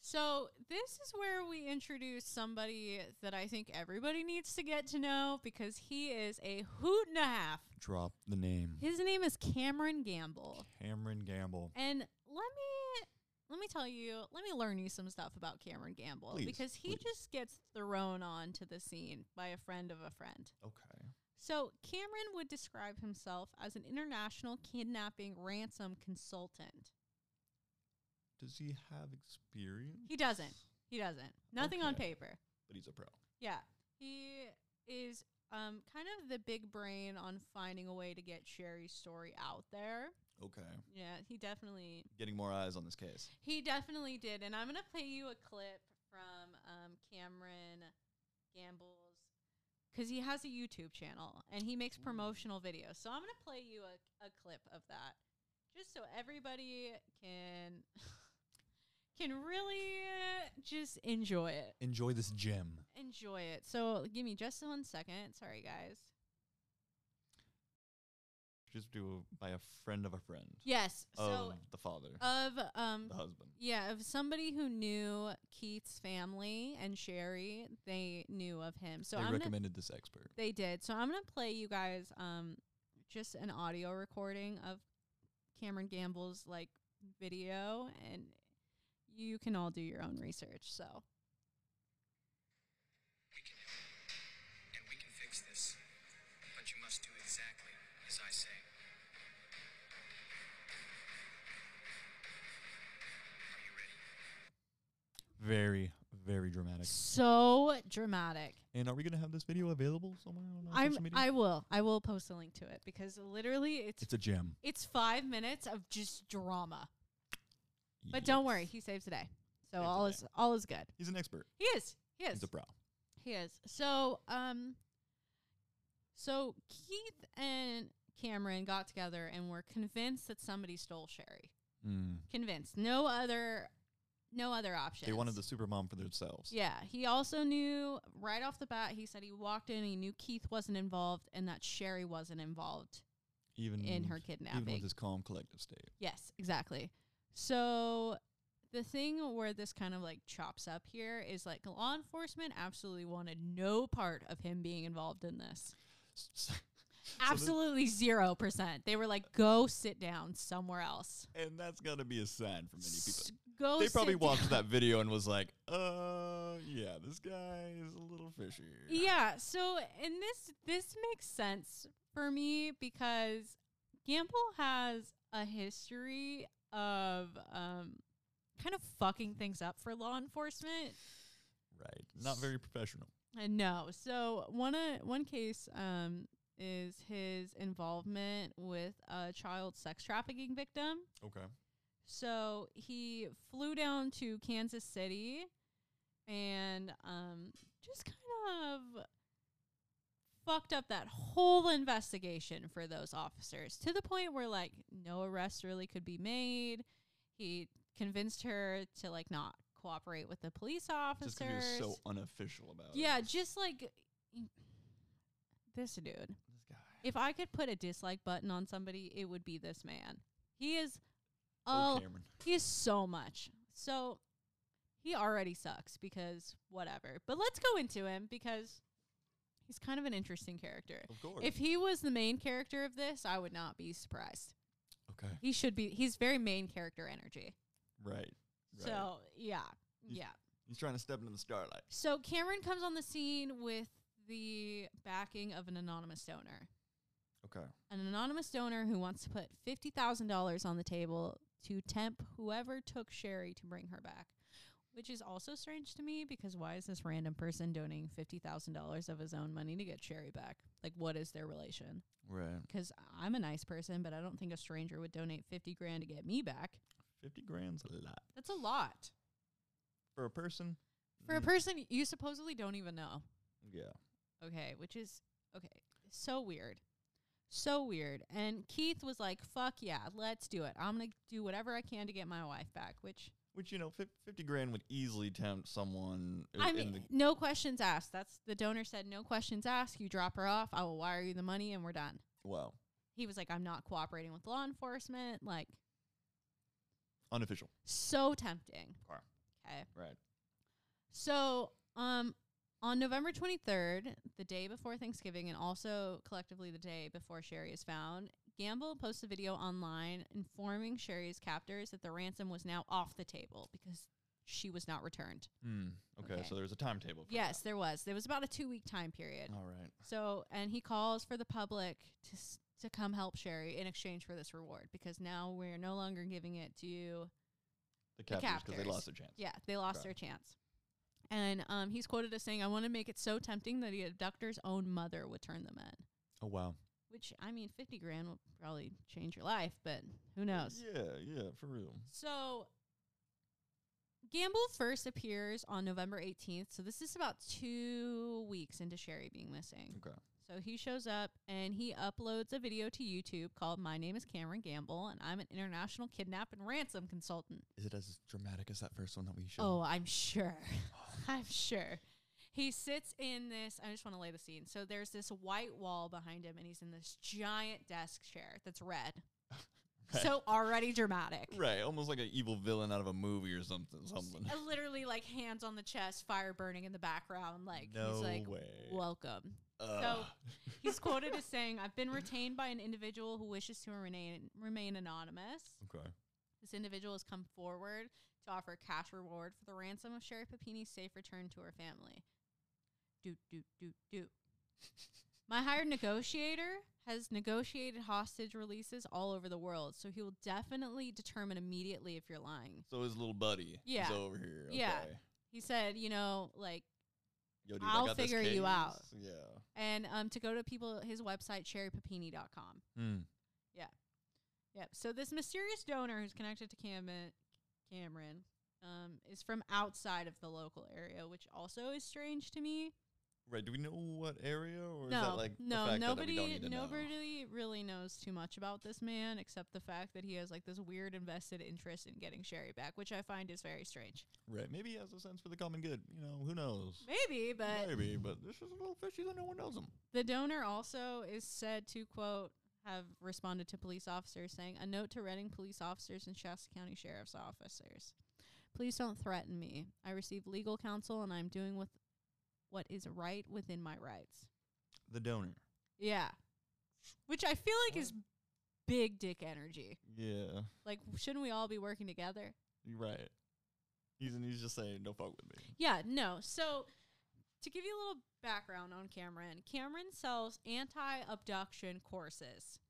Speaker 1: so this is where we introduce somebody that I think everybody needs to get to know because he is a hoot and a half.
Speaker 2: Drop the name.
Speaker 1: His name is Cameron Gamble.
Speaker 2: Cameron Gamble.
Speaker 1: And let me let me tell you, let me learn you some stuff about Cameron Gamble
Speaker 2: Please,
Speaker 1: because he
Speaker 2: please.
Speaker 1: just gets thrown onto the scene by a friend of a friend.
Speaker 2: Okay.
Speaker 1: So Cameron would describe himself as an international kidnapping ransom consultant.
Speaker 2: Does he have experience?
Speaker 1: He doesn't. He doesn't. Nothing on
Speaker 2: Okay.
Speaker 1: paper.
Speaker 2: But he's a pro.
Speaker 1: Yeah. He is um, kind of the big brain on finding a way to get Sherry's story out there.
Speaker 2: Okay.
Speaker 1: Yeah, he definitely
Speaker 2: Getting more eyes on this case.
Speaker 1: He definitely did. And I'm going to play you a clip from um, Cameron Gamble's because he has a YouTube channel and he makes promotional videos. So I'm going to play you a, a clip of that just so everybody can can really just enjoy it.
Speaker 2: Enjoy this gem.
Speaker 1: Enjoy it. So give me just one second. Sorry, guys.
Speaker 2: Just do by a friend of a friend.
Speaker 1: Yes.
Speaker 2: Of the father.
Speaker 1: so of um
Speaker 2: the husband.
Speaker 1: Yeah, of somebody who knew Keith's family and Sherry, they knew of him. So
Speaker 2: they
Speaker 1: I'm gonna,
Speaker 2: recommended this expert.
Speaker 1: they did. So I'm gonna play you guys um just an audio recording of Cameron Gamble's like video and you can all do your own research. So
Speaker 6: and we can fix this. But you must do exactly as I say. Are you ready?
Speaker 2: Very, very dramatic.
Speaker 1: so dramatic.
Speaker 2: And are we gonna have this video available somewhere on our
Speaker 1: I'm
Speaker 2: social media?
Speaker 1: I will. I will post a link to it because literally it's
Speaker 2: it's a gem.
Speaker 1: it's five minutes of just drama. But don't
Speaker 2: Yes.
Speaker 1: worry, he saves the day. So
Speaker 2: Saves the
Speaker 1: all
Speaker 2: day.
Speaker 1: is all is good.
Speaker 2: He's an expert.
Speaker 1: He is. He is.
Speaker 2: He's a pro.
Speaker 1: He is. So, um, so Keith and Cameron got together and were convinced that somebody stole Sherry.
Speaker 2: Mm.
Speaker 1: Convinced. No other, no other option.
Speaker 2: They wanted the super mom for themselves.
Speaker 1: Yeah. He also knew right off the bat. He said he walked in. He knew Keith wasn't involved and that Sherry wasn't involved.
Speaker 2: Mm. Even
Speaker 1: In her
Speaker 2: Even
Speaker 1: kidnapping.
Speaker 2: with his calm collective state.
Speaker 1: Yes, exactly. So the thing where this kind of like chops up here is like law enforcement absolutely wanted no part of him being involved in this.
Speaker 2: S- s- So this-
Speaker 1: Absolutely zero percent. They were like, "Go sit down somewhere else."
Speaker 2: and that's gotta be a sign for many people.
Speaker 1: S- Go.
Speaker 2: they probably
Speaker 1: sit
Speaker 2: watched
Speaker 1: down."
Speaker 2: that video and was like, "Uh, yeah, this guy is a little fishy."
Speaker 1: Yeah. So, and this this makes sense for me because Gamble has a history of um, kind of fucking things up for law enforcement.
Speaker 2: right. Not very professional.
Speaker 1: Uh, no. So one uh, one case um is his involvement with a child sex trafficking victim.
Speaker 2: Okay.
Speaker 1: So he flew down to Kansas City and um just kind of fucked up that whole investigation for those officers to the point where like no arrest really could be made. He convinced her to like not cooperate with the police officers.
Speaker 2: Just because you're so unofficial about it.
Speaker 1: Yeah, just like this dude.
Speaker 2: This guy.
Speaker 1: If I could put a dislike button on somebody, it would be this man. He is
Speaker 2: Oh,
Speaker 1: oh,
Speaker 2: Cameron.
Speaker 1: he is so much. So he already sucks because whatever. But let's go into him because he's kind of an interesting character.
Speaker 2: Of course.
Speaker 1: If he was the main character of this, I would not be surprised.
Speaker 2: okay.
Speaker 1: He should be. He's very main character energy.
Speaker 2: Right. Right.
Speaker 1: So yeah,
Speaker 2: He's-
Speaker 1: yeah.
Speaker 2: He's trying to step into the starlight.
Speaker 1: So Cameron comes on the scene with the backing of an anonymous donor.
Speaker 2: Okay.
Speaker 1: An anonymous donor who wants to put fifty thousand dollars on the table to tempt whoever took Sherry to bring her back. Which is also strange to me because why is this random person donating fifty thousand dollars of his own money to get Sherry back? Like what is their relation?
Speaker 2: Right.
Speaker 1: Because I'm a nice person, but I don't think a stranger would donate fifty grand to get me back.
Speaker 2: 50 grand's a lot.
Speaker 1: That's a lot.
Speaker 2: For a person?
Speaker 1: For a
Speaker 2: Mm,
Speaker 1: person you supposedly don't even know.
Speaker 2: Yeah.
Speaker 1: Okay, which is okay, so weird. So weird. And Keith was like, "Fuck yeah, let's do it. I'm going to do whatever I can to get my wife back," which
Speaker 2: Which, you know, fif- 50 grand would easily tempt someone. i-
Speaker 1: I
Speaker 2: in
Speaker 1: mean,
Speaker 2: the,
Speaker 1: no questions asked. That's the donor said, "No questions asked. You drop her off, I will wire you the money and we're done."
Speaker 2: wow.
Speaker 1: He was like, "I'm not cooperating with law enforcement." Like
Speaker 2: Unofficial.
Speaker 1: so tempting.
Speaker 2: Okay.
Speaker 1: Okay.
Speaker 2: Right.
Speaker 1: So, um, on November 23rd, the day before Thanksgiving, and also collectively the day before Sherry is found, Gamble posts a video online informing Sherry's captors that the ransom was now off the table because she was not returned.
Speaker 2: Mm. Okay,
Speaker 1: Okay.
Speaker 2: So there's a timetable. For
Speaker 1: Yes, there was. There was about a two week time period.
Speaker 2: That. All right.
Speaker 1: So, and he calls for the public to s- to come help Sherry in exchange for this reward because now we're no longer giving it to
Speaker 2: The
Speaker 1: The
Speaker 2: captors, because they
Speaker 1: captors.
Speaker 2: lost their chance.
Speaker 1: Yeah, they lost
Speaker 2: Okay.
Speaker 1: their chance. And um, he's quoted as saying, "I want to make it so tempting that the abductor's own mother would turn them in."
Speaker 2: Oh, wow.
Speaker 1: Which I mean, fifty grand will probably change your life, but who knows?
Speaker 2: Yeah, yeah, for real.
Speaker 1: So Gamble first appears on November eighteenth. So this is about two weeks into Sherry being missing.
Speaker 2: Okay.
Speaker 1: So he shows up and he uploads a video to YouTube called "My Name Is Cameron Gamble and I'm an international kidnap and ransom consultant."
Speaker 2: Is it as dramatic as that first one that we showed?
Speaker 1: Oh, I'm sure. I'm sure. He sits in this. I just want to lay the scene. So there's this white wall behind him, and he's in this giant desk chair that's red.
Speaker 2: Right.
Speaker 1: So already dramatic.
Speaker 2: Right, almost like an evil villain out of a movie or something. Something.
Speaker 1: Uh, Literally, like hands on the chest, fire burning in the background. Like
Speaker 2: No
Speaker 1: he's like,
Speaker 2: way.
Speaker 1: "Welcome."
Speaker 2: Ugh.
Speaker 1: He's quoted as saying, "I've been retained by an individual who wishes to remain remain anonymous."
Speaker 2: okay.
Speaker 1: This individual has come forward to offer a cash reward for the ransom of Sherry Papini's safe return to her family. Doot, doot, doot, doot. My hired negotiator has negotiated hostage releases all over the world, so he will definitely determine immediately if you're lying.
Speaker 2: So his little buddy
Speaker 1: Yeah.
Speaker 2: is over here. Okay.
Speaker 1: Yeah. He said, you know, like,
Speaker 2: Yo, dude, I
Speaker 1: I'll
Speaker 2: got this
Speaker 1: figure you
Speaker 2: case.
Speaker 1: out.
Speaker 2: Yeah.
Speaker 1: and um, to go to people, his website, sherrypapini.com.
Speaker 2: Mm.
Speaker 1: Yep. So this mysterious donor who's connected to Cameron, Cameron, um, is from outside of the local area, which also is strange to me.
Speaker 2: Right. Do we know what area or
Speaker 1: no,
Speaker 2: is that like
Speaker 1: no,
Speaker 2: the fact
Speaker 1: nobody,
Speaker 2: that we don't need to know?
Speaker 1: nobody really knows too much about this man except the fact that he has like this weird invested interest in getting Sherry back, which I find is very strange.
Speaker 2: Right. Maybe he has a sense for the common good. You know, who knows?
Speaker 1: Maybe, but
Speaker 2: Maybe, but this is a little fishy that no one knows him.
Speaker 1: the donor also is said to quote have responded to police officers saying a note to Reading police officers and Shasta County sheriff's officers. Please don't threaten me. I receive legal counsel and I'm doing with what is right within my rights.
Speaker 2: The donor.
Speaker 1: Yeah. Which I feel like is big dick energy.
Speaker 2: Yeah.
Speaker 1: Like, shouldn't we all be working together?
Speaker 2: You're right. He's and he's just saying, "Don't fuck with me."
Speaker 1: Yeah, no. So, to give you a little background on Cameron, Cameron sells anti abduction courses.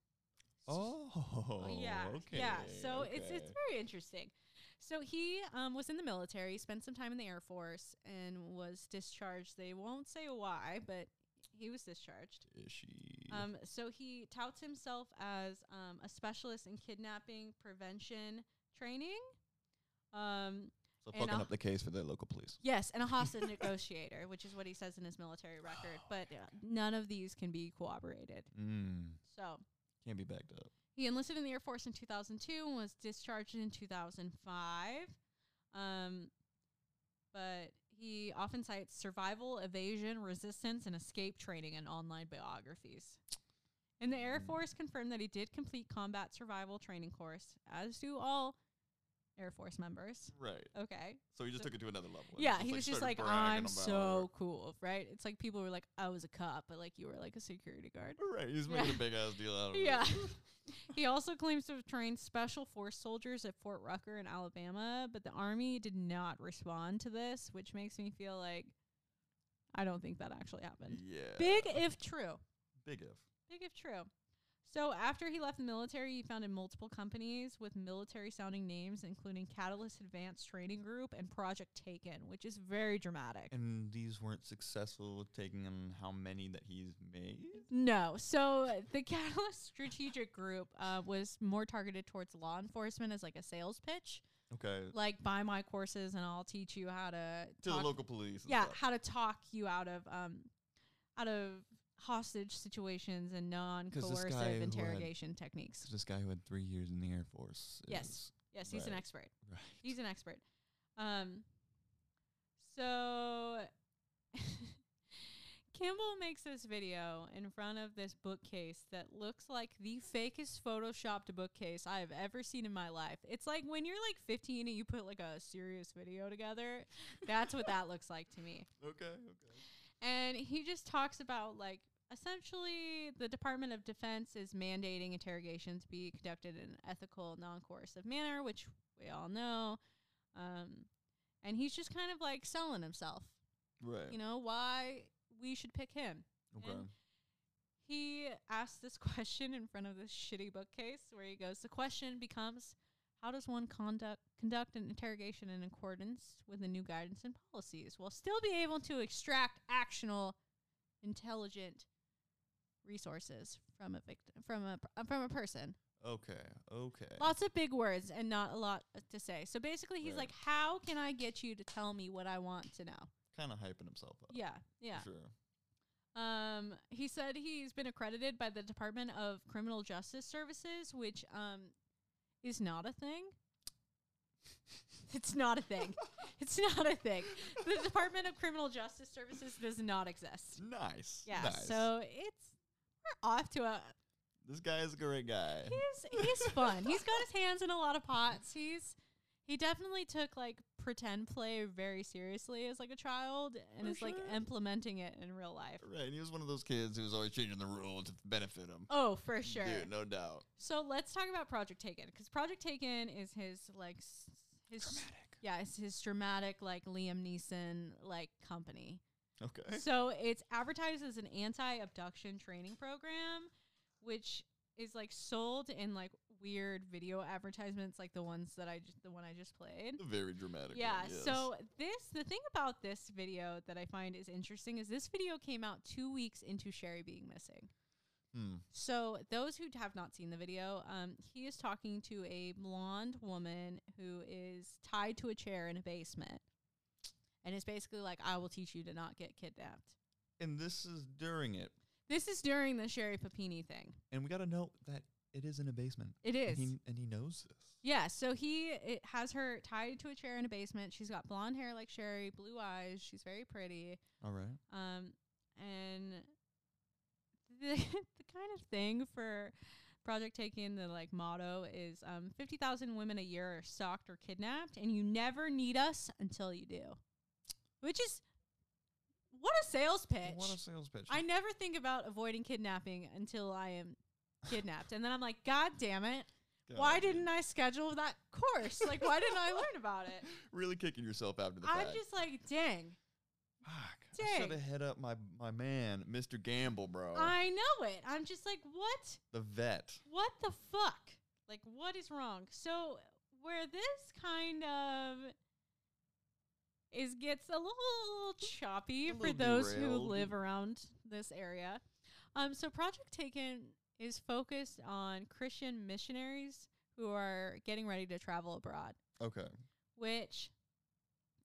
Speaker 2: Oh.
Speaker 1: yeah.
Speaker 2: Okay.
Speaker 1: Yeah. So, it's, it's
Speaker 2: okay.
Speaker 1: very interesting. So, he um, was in the military, spent some time in the Air Force, and was discharged. They won't say why, but he was discharged.
Speaker 2: fishy.
Speaker 1: Um, so he touts himself as um, a specialist in kidnapping prevention training. Um,
Speaker 2: so
Speaker 1: and
Speaker 2: fucking
Speaker 1: I'll-
Speaker 2: up the case for the local police.
Speaker 1: Yes, and a hostage negotiator, which is what he says in his military record. But uh, none of these can be corroborated.
Speaker 2: Mm.
Speaker 1: So
Speaker 2: Can't be backed up.
Speaker 1: he enlisted in the Air Force in 2002 and was discharged in 2005. Um, but he often cites survival, evasion, resistance, and escape training in online biographies. And the Air
Speaker 2: Mm.
Speaker 1: Force confirmed that he did complete combat survival training course, as do all Air Force members.
Speaker 2: Right.
Speaker 1: Okay.
Speaker 2: So he just
Speaker 1: So-
Speaker 2: took it to another level. and
Speaker 1: Yeah, he was just
Speaker 2: started
Speaker 1: like,
Speaker 2: bragging
Speaker 1: I'm
Speaker 2: about
Speaker 1: so cool, right? It's like people were like, I was a cop, but like you were like a security guard.
Speaker 2: it. Right. He was
Speaker 1: Yeah.
Speaker 2: making a big ass deal out of it.
Speaker 1: Yeah. he also claims to have trained special force soldiers at Fort Rucker in Alabama, but the Army did not respond to this, which makes me feel like I don't think that actually happened.
Speaker 2: Yeah.
Speaker 1: Big if true.
Speaker 2: Big if.
Speaker 1: Big if true. So after he left the military, he founded multiple companies with military sounding names, including Catalyst Advanced Training Group and Project Taken, which is very dramatic.
Speaker 2: And these weren't successful with taking on how many that he's made.
Speaker 1: No. So the Catalyst Strategic Group uh, was more targeted towards law enforcement as like a sales pitch,
Speaker 2: Okay.
Speaker 1: like buy my courses and I'll teach you how to
Speaker 2: to the
Speaker 1: talk-
Speaker 2: local police. and
Speaker 1: yeah,
Speaker 2: stuff.
Speaker 1: how to talk you out of um, out of hostage situations and
Speaker 2: this guy who
Speaker 1: non-coercive
Speaker 2: had-
Speaker 1: interrogation
Speaker 2: So
Speaker 1: techniques.
Speaker 2: this guy who had three years in the Air Force.
Speaker 1: Yes.
Speaker 2: is-
Speaker 1: Yes, he's an
Speaker 2: Right.
Speaker 1: expert.
Speaker 2: Right.
Speaker 1: He's an expert. Um, so Kimball makes this video in front of this bookcase that looks like the fakest photoshopped bookcase I have ever seen in my life. It's like when you're like 15 and you put like a serious video together. That's what that looks like to me.
Speaker 2: Okay. Okay.
Speaker 1: And he just talks about like essentially the Department of Defense is mandating interrogations be conducted in an ethical, non coercive manner, which we all know. Um, and he's just kind of like selling himself,
Speaker 2: Right.
Speaker 1: you know, why we should pick him.
Speaker 2: okay.
Speaker 1: and- He asks this question in front of this shitty bookcase where he goes, The question becomes, how does one conduct conduct an interrogation in accordance with the new guidance and policies while still be able to extract actionable, intelligent resources from a victim from a p- uh, from a person?
Speaker 2: Okay. Okay.
Speaker 1: Lots of big words and not a lot to say. So basically, he's
Speaker 2: Right.
Speaker 1: like, "How can I get you to tell me what I want to know?"
Speaker 2: Kind of hyping himself up.
Speaker 1: Yeah, yeah.
Speaker 2: For sure.
Speaker 1: Um, he said he's been accredited by the Department of Criminal Justice Services, which um is not a thing. it's not a thing. it's not a thing. The Department of Criminal Justice Services does not exist.
Speaker 2: Nice.
Speaker 1: Yeah.
Speaker 2: Nice.
Speaker 1: So it's we're off to a
Speaker 2: this guy is a great guy.
Speaker 1: he's he's fun. he's got his hands in a lot of pots. He's he definitely took like pretend play very seriously as like a child and
Speaker 2: For
Speaker 1: is like
Speaker 2: sure.
Speaker 1: implementing it in real life.
Speaker 2: Right. And he was one of those kids who was always changing the rules to benefit him.
Speaker 1: Oh, for sure.
Speaker 2: Dude, no doubt.
Speaker 1: So let's talk about Project Taken because Project Taken is his like s- his yeah, it's his dramatic like Liam Neeson like company.
Speaker 2: Okay.
Speaker 1: So it's advertised as an anti-abduction training program, which is like sold in like weird video advertisements like the ones that I just the one I just played.
Speaker 2: Very dramatic. one,
Speaker 1: Yeah,
Speaker 2: yes.
Speaker 1: so this the thing about this video that I find is interesting is this video came out 2 weeks into Sherry being missing.
Speaker 2: Hmm.
Speaker 1: So, those who have not seen the video, um, he is talking to a blonde woman who is tied to a chair in a basement. And it's basically like, I will teach you to not get kidnapped.
Speaker 2: And this is during it.
Speaker 1: This is during the Sherry Papini thing.
Speaker 2: And we got to note that it is in a basement.
Speaker 1: It
Speaker 2: And
Speaker 1: is.
Speaker 2: he, and he knows this.
Speaker 1: yeah, so he it has her tied to a chair in a basement. She's got blonde hair like Sherry, blue eyes. She's very pretty.
Speaker 2: All right.
Speaker 1: Um, and the, the kind of thing for Project Taken, the like motto is um, 50,000 women a year are stalked or kidnapped, and you never need us until you do. Which is what a sales pitch.
Speaker 2: What a sales pitch.
Speaker 1: I never think about avoiding kidnapping until I am kidnapped. and then I'm like, God damn it. Why didn't I schedule that course? Like, why didn't I learn about it?
Speaker 2: Really kicking yourself after the
Speaker 1: I'm
Speaker 2: fact.
Speaker 1: just like, dang,
Speaker 2: Fuck, I should
Speaker 1: Dang.
Speaker 2: have hit up my, my man, Mr. Gamble, bro.
Speaker 1: I know it. I'm just like, what?
Speaker 2: the vet.
Speaker 1: what the fuck? Like, what is wrong? So, where this kind of is gets a little choppy
Speaker 2: A
Speaker 1: for
Speaker 2: little
Speaker 1: those
Speaker 2: derailed.
Speaker 1: who live around this area. Um, so Project Taken is focused on Christian missionaries who are getting ready to travel abroad
Speaker 2: Okay.
Speaker 1: which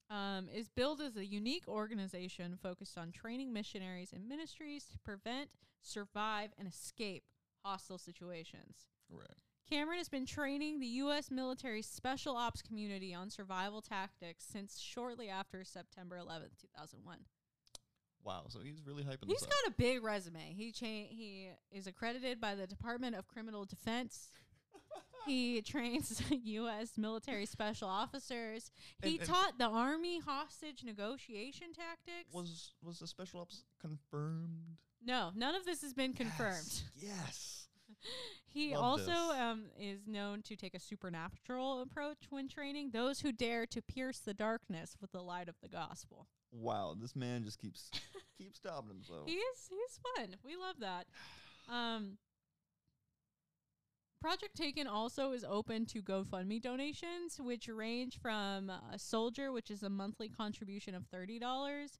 Speaker 1: um, is billed as a unique organization focused on training missionaries and ministries to prevent, survive, and escape hostile situations.
Speaker 2: Right.
Speaker 1: Cameron has been training the U.S. military special ops community on survival tactics since shortly after September 11th, 2001.
Speaker 2: Wow. So he's really hyping
Speaker 1: He's
Speaker 2: this
Speaker 1: got a big resume. He cha- he is accredited by the Department of Criminal Defense. he trains U.S. military special officers. He
Speaker 2: And- and-
Speaker 1: taught the Army hostage negotiation tactics.
Speaker 2: up. Was was the special ops confirmed?
Speaker 1: no, none of this has been confirmed.
Speaker 2: Yes. yes.
Speaker 1: He
Speaker 2: Love
Speaker 1: also
Speaker 2: this.
Speaker 1: um, is known to take a supernatural approach when training those who dare to pierce the darkness with the light of the gospel.
Speaker 2: Wow. This man just keeps keeps stopping himself.
Speaker 1: He's he's fun. We love that. Um, Project Taken also is open to GoFundMe donations, which range from a soldier, which is a monthly contribution of thirty dollars,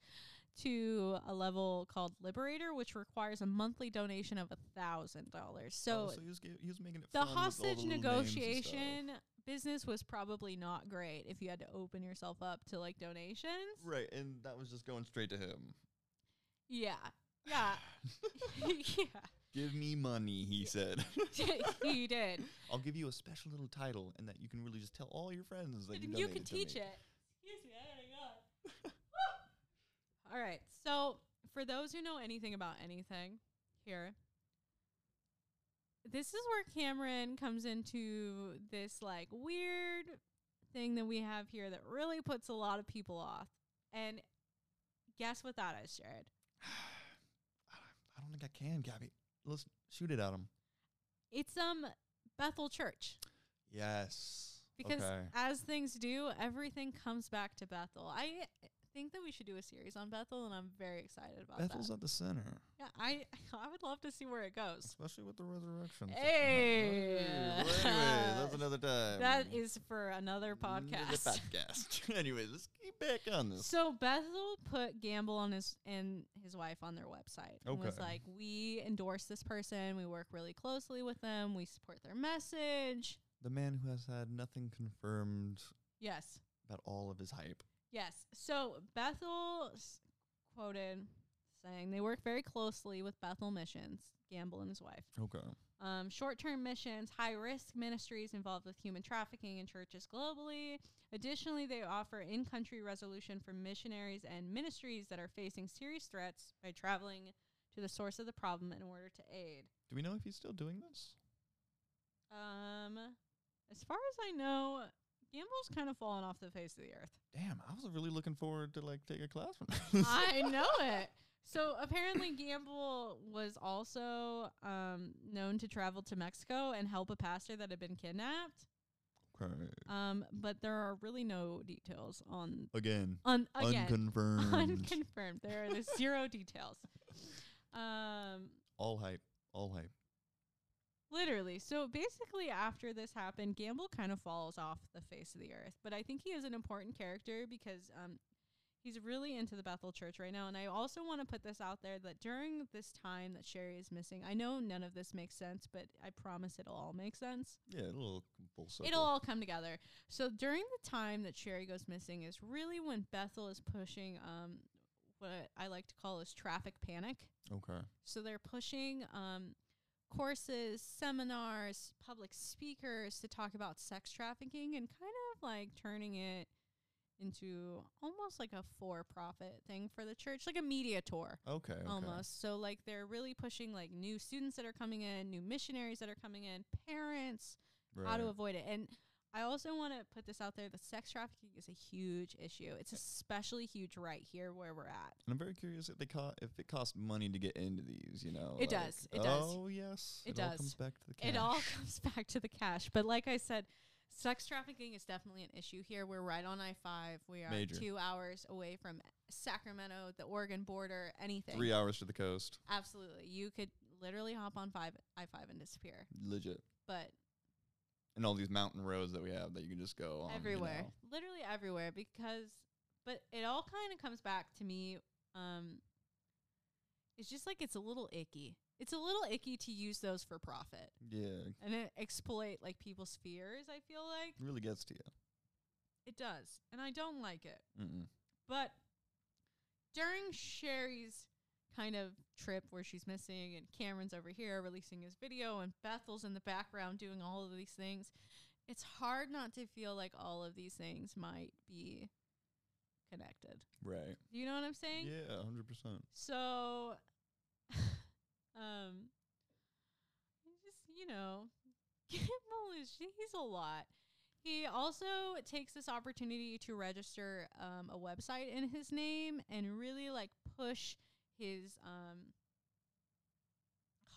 Speaker 1: to a level called Liberator, which requires a monthly donation of a thousand dollars.
Speaker 2: Oh,
Speaker 1: So
Speaker 2: so he was, gi- he was making it
Speaker 1: the
Speaker 2: fun with all
Speaker 1: hostage
Speaker 2: the little names and stuff.
Speaker 1: negotiation business was probably not great if you had to open yourself up to like donations.
Speaker 2: Right, and that was just going straight to him.
Speaker 1: Yeah. Yeah. yeah.
Speaker 2: Give me money, he said.
Speaker 1: he did.
Speaker 2: I'll give you a special little title, and that you can really just tell all your friends that
Speaker 1: and
Speaker 2: you,
Speaker 1: you can
Speaker 2: donated to me.
Speaker 1: teach it. Excuse me, I gotta go. All right. So, for those who know anything about anything here, this is where Cameron comes into this like weird thing that we have here that really puts a lot of people off. And guess what that is, Jared?
Speaker 2: I don't think I can, Gabby. Let's shoot it at him.
Speaker 1: It's um Bethel Church.
Speaker 2: Yes.
Speaker 1: Because
Speaker 2: okay.
Speaker 1: as things do, everything comes back to Bethel. I think that we should do a series on Bethel, and I'm very excited about
Speaker 2: Bethel's
Speaker 1: that.
Speaker 2: at the center,
Speaker 1: Yeah, I I would love to see where it goes.
Speaker 2: especially with the resurrection.
Speaker 1: Hey.
Speaker 2: Well, anyway, that's another time.
Speaker 1: That is for another
Speaker 2: Another
Speaker 1: podcast.
Speaker 2: podcast. anyway, let's get back on this.
Speaker 1: So Bethel put Gamble on his and his wife on their website. And was
Speaker 2: Okay.
Speaker 1: like, we endorse this person. We work really closely with them. We support their message.
Speaker 2: the man who has had nothing confirmed
Speaker 1: Yes.
Speaker 2: about all of his hype.
Speaker 1: Yes. So Bethel s- quoted saying they work very closely with Bethel Missions, Gamble and his wife.
Speaker 2: Okay.
Speaker 1: Um, Short term missions, high risk ministries involved with human trafficking in churches globally. Additionally, they offer in country resolution for missionaries and ministries that are facing serious threats by traveling to the source of the problem in order to aid.
Speaker 2: Do we know if he's still doing this?
Speaker 1: Um, as far as I know, Gamble's kind of fallen off the face of the earth.
Speaker 2: Damn, I was really looking forward to like take a class from this.
Speaker 1: I know it. So apparently, Gamble was also um, known to travel to Mexico and help a pastor that had been kidnapped.
Speaker 2: okay.
Speaker 1: Um, but there are really no details on
Speaker 2: Again,
Speaker 1: on again
Speaker 2: unconfirmed.
Speaker 1: unconfirmed. There are the zero details. Um,
Speaker 2: all hype. All hype.
Speaker 1: literally. So basically, after this happened, Gamble kind of falls off the face of the earth. But I think he is an important character because um, he's really into the Bethel Church right now. And I also want to put this out there that during this time that Sherry is missing, I know none of this makes sense, but I promise it'll all make sense.
Speaker 2: Yeah, it'll full circle.
Speaker 1: It'll all come together. So during the time that Sherry goes missing is really when Bethel is pushing um, what I like to call is traffic panic.
Speaker 2: okay.
Speaker 1: So they're pushing um, courses, seminars, public speakers to talk about sex trafficking and kind of like turning it into almost like a for profit thing for the church, like a media tour.
Speaker 2: Okay. okay.
Speaker 1: Almost. So, like, they're really pushing like new students that are coming in, new missionaries that are coming in, parents, how to
Speaker 2: Right.
Speaker 1: avoid it. And I also want to put this out there that sex trafficking is a huge issue. It's especially huge right here where we're at.
Speaker 2: And I'm very curious if they co- if it costs money to get into these, you know.
Speaker 1: It
Speaker 2: like,
Speaker 1: does, it does.
Speaker 2: Oh yes.
Speaker 1: It
Speaker 2: all
Speaker 1: does.
Speaker 2: comes back to the cash.
Speaker 1: It all comes back to the cash. But like I said, sex trafficking is definitely an issue here. We're right on I 5. We are
Speaker 2: Major.
Speaker 1: two hours away from Sacramento, the Oregon border, anything.
Speaker 2: Three hours to the coast.
Speaker 1: Absolutely. You could literally hop on five I 5 and disappear.
Speaker 2: Legit.
Speaker 1: But
Speaker 2: And all these mountain roads that we have that you can just go on. you
Speaker 1: everywhere,
Speaker 2: know.
Speaker 1: literally everywhere, because, but it all kind of comes back to me. Um, it's just like it's a little icky. It's a little icky to use those for profit
Speaker 2: Yeah. it
Speaker 1: and it exploit like people's fears. I feel like
Speaker 2: Really gets to you.
Speaker 1: It does. And I don't like it.
Speaker 2: Mm-mm.
Speaker 1: But during Sherry's kind of trip where she's missing and Cameron's over here releasing his video and Bethel's in the background doing all of these things. It's hard not to feel like all of these things might be connected.
Speaker 2: Right.
Speaker 1: Do you know what I'm saying?
Speaker 2: Yeah, 100%.
Speaker 1: So, um, I just you know, Kimmel is he's a lot. He also takes this opportunity to register um, a website in his name and really like push his um,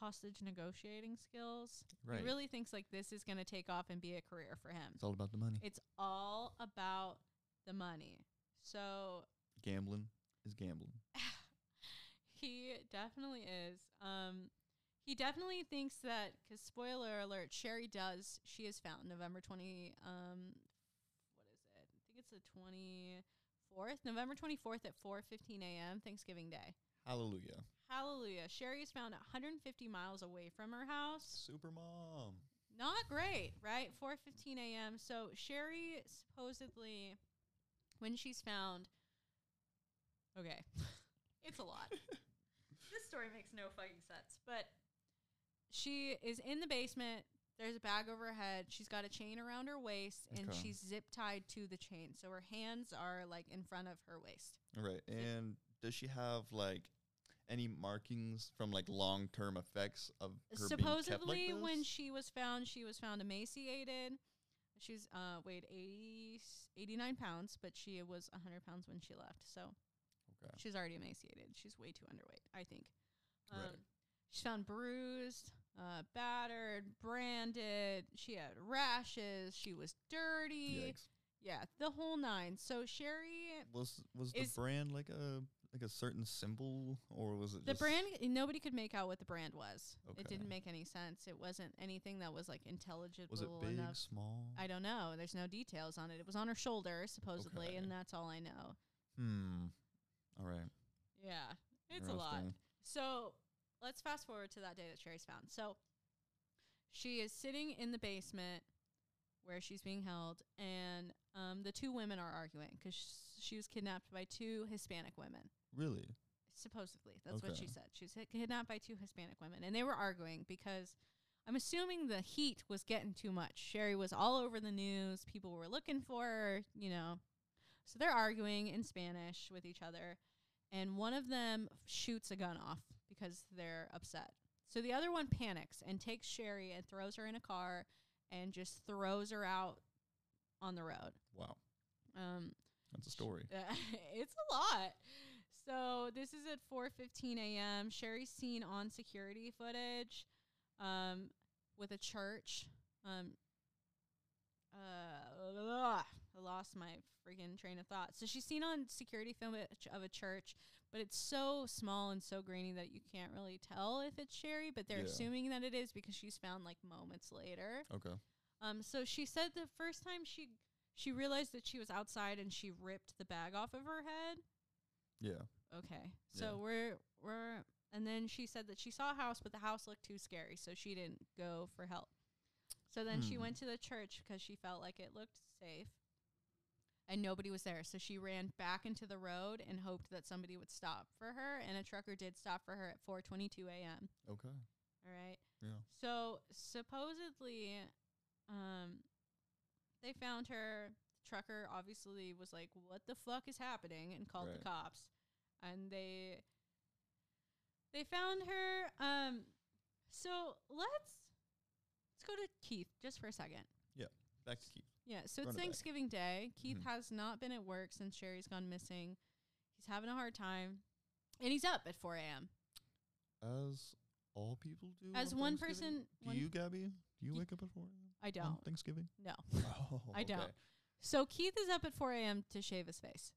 Speaker 1: hostage negotiating skills.
Speaker 2: Right.
Speaker 1: He really thinks like this is going to take off and be a career for him.
Speaker 2: it's all about the money.
Speaker 1: It's all about the money. So
Speaker 2: Gambling is gambling.
Speaker 1: he definitely is. Um, he definitely thinks that because spoiler alert, Sherry does. She is found November twenty. Um, what is it? I think it's the twenty fourth, November twenty fourth at four fifteen a.m. Thanksgiving Day.
Speaker 2: Hallelujah.
Speaker 1: Hallelujah. Sherry is found 150 miles away from her house.
Speaker 2: Super mom.
Speaker 1: Not great, right? 4:15 a.m. So Sherry supposedly when she's found Okay. it's a lot. this story makes no fucking sense, but she is in the basement. There's a bag over her head. She's got a chain around her waist and
Speaker 2: Okay.
Speaker 1: she's zip tied to the chain. So her hands are like in front of her waist.
Speaker 2: All right. And does she have like any markings from like long term effects of her
Speaker 1: supposedly
Speaker 2: being kept like
Speaker 1: when
Speaker 2: this?
Speaker 1: she was found she was found emaciated she's uh weighed 80 s- 89 pounds but she was 100 pounds when she left so
Speaker 2: Okay.
Speaker 1: she's already emaciated she's way too underweight i think um,
Speaker 2: Right.
Speaker 1: she's found bruised uh, battered branded she had rashes she was dirty
Speaker 2: Yikes.
Speaker 1: yeah the whole nine so sherry
Speaker 2: Was was the
Speaker 1: Is-
Speaker 2: brand like a like a certain symbol or was it
Speaker 1: The
Speaker 2: just
Speaker 1: brand nobody could make out what the brand was. It
Speaker 2: Okay.
Speaker 1: didn't make any sense. It wasn't anything that was like intelligible
Speaker 2: Was it big,
Speaker 1: enough.
Speaker 2: small?
Speaker 1: I don't know. There's no details on it. It was on her shoulder supposedly,
Speaker 2: Okay.
Speaker 1: and that's all I know.
Speaker 2: hmm. All right.
Speaker 1: Yeah, it's a lot.
Speaker 2: Interesting.
Speaker 1: So let's fast forward to that day that Sherry's found. So she is sitting in the basement where she's being held, and um, the two women are arguing because she was kidnapped by two Hispanic women.
Speaker 2: Really?
Speaker 1: supposedly that's what she
Speaker 2: Okay.
Speaker 1: said she was hit- kidnapped by two hispanic women and they were arguing because i'm assuming the heat was getting too much sherry was all over the news people were looking for her you know so they're arguing in spanish with each other and one of them shoots a gun off because they're upset so the other one panics and takes sherry and throws her in a car and just throws her out on the road
Speaker 2: Wow.
Speaker 1: um,
Speaker 2: That's a story.
Speaker 1: uh, it's a lot. So this is at 4:15 a.m. Sherry's seen on security footage um, with a church. Um, uh, I lost my freaking train of thought. So she's seen on security film at a ch- of a church, but it's so small and so grainy that you can't really tell if it's Sherry. But they're
Speaker 2: Yeah.
Speaker 1: assuming that it is because she's found like moments later.
Speaker 2: Okay.
Speaker 1: Um, so she said the first time she she realized that she was outside and she ripped the bag off of her head.
Speaker 2: Yeah.
Speaker 1: Okay, so
Speaker 2: Yeah.
Speaker 1: we're we're and then she said that she saw a house, but the house looked too scary, so she didn't go for help. So then she
Speaker 2: Hmm.
Speaker 1: went to the church because she felt like it looked safe, and nobody was there. So she ran back into the road and hoped that somebody would stop for her, and a trucker did stop for her at 4:22 a.m.
Speaker 2: Okay.
Speaker 1: All right.
Speaker 2: Yeah.
Speaker 1: So supposedly, um, they found her. The trucker obviously was like, "What the fuck is happening?" and called
Speaker 2: Right.
Speaker 1: the cops. And they they found her. Um, so let's let's go to Keith just for a second.
Speaker 2: Back to Keith.
Speaker 1: Yeah. So
Speaker 2: Run
Speaker 1: it's
Speaker 2: it back.
Speaker 1: Thanksgiving Day. Keith
Speaker 2: Mhm.
Speaker 1: has not been at work since Sherry's gone missing. He's having a hard time, and he's up at 4 a.m.
Speaker 2: As all people do.
Speaker 1: As
Speaker 2: on
Speaker 1: one
Speaker 2: Thanksgiving?
Speaker 1: person-
Speaker 2: Do
Speaker 1: one-
Speaker 2: you, Gabby? Do you
Speaker 1: Ye-
Speaker 2: wake up at four? a.m.
Speaker 1: I
Speaker 2: on
Speaker 1: don't.
Speaker 2: Thanksgiving.
Speaker 1: No.
Speaker 2: Oh,
Speaker 1: I don't. So Keith is up at 4 a.m. to shave his face.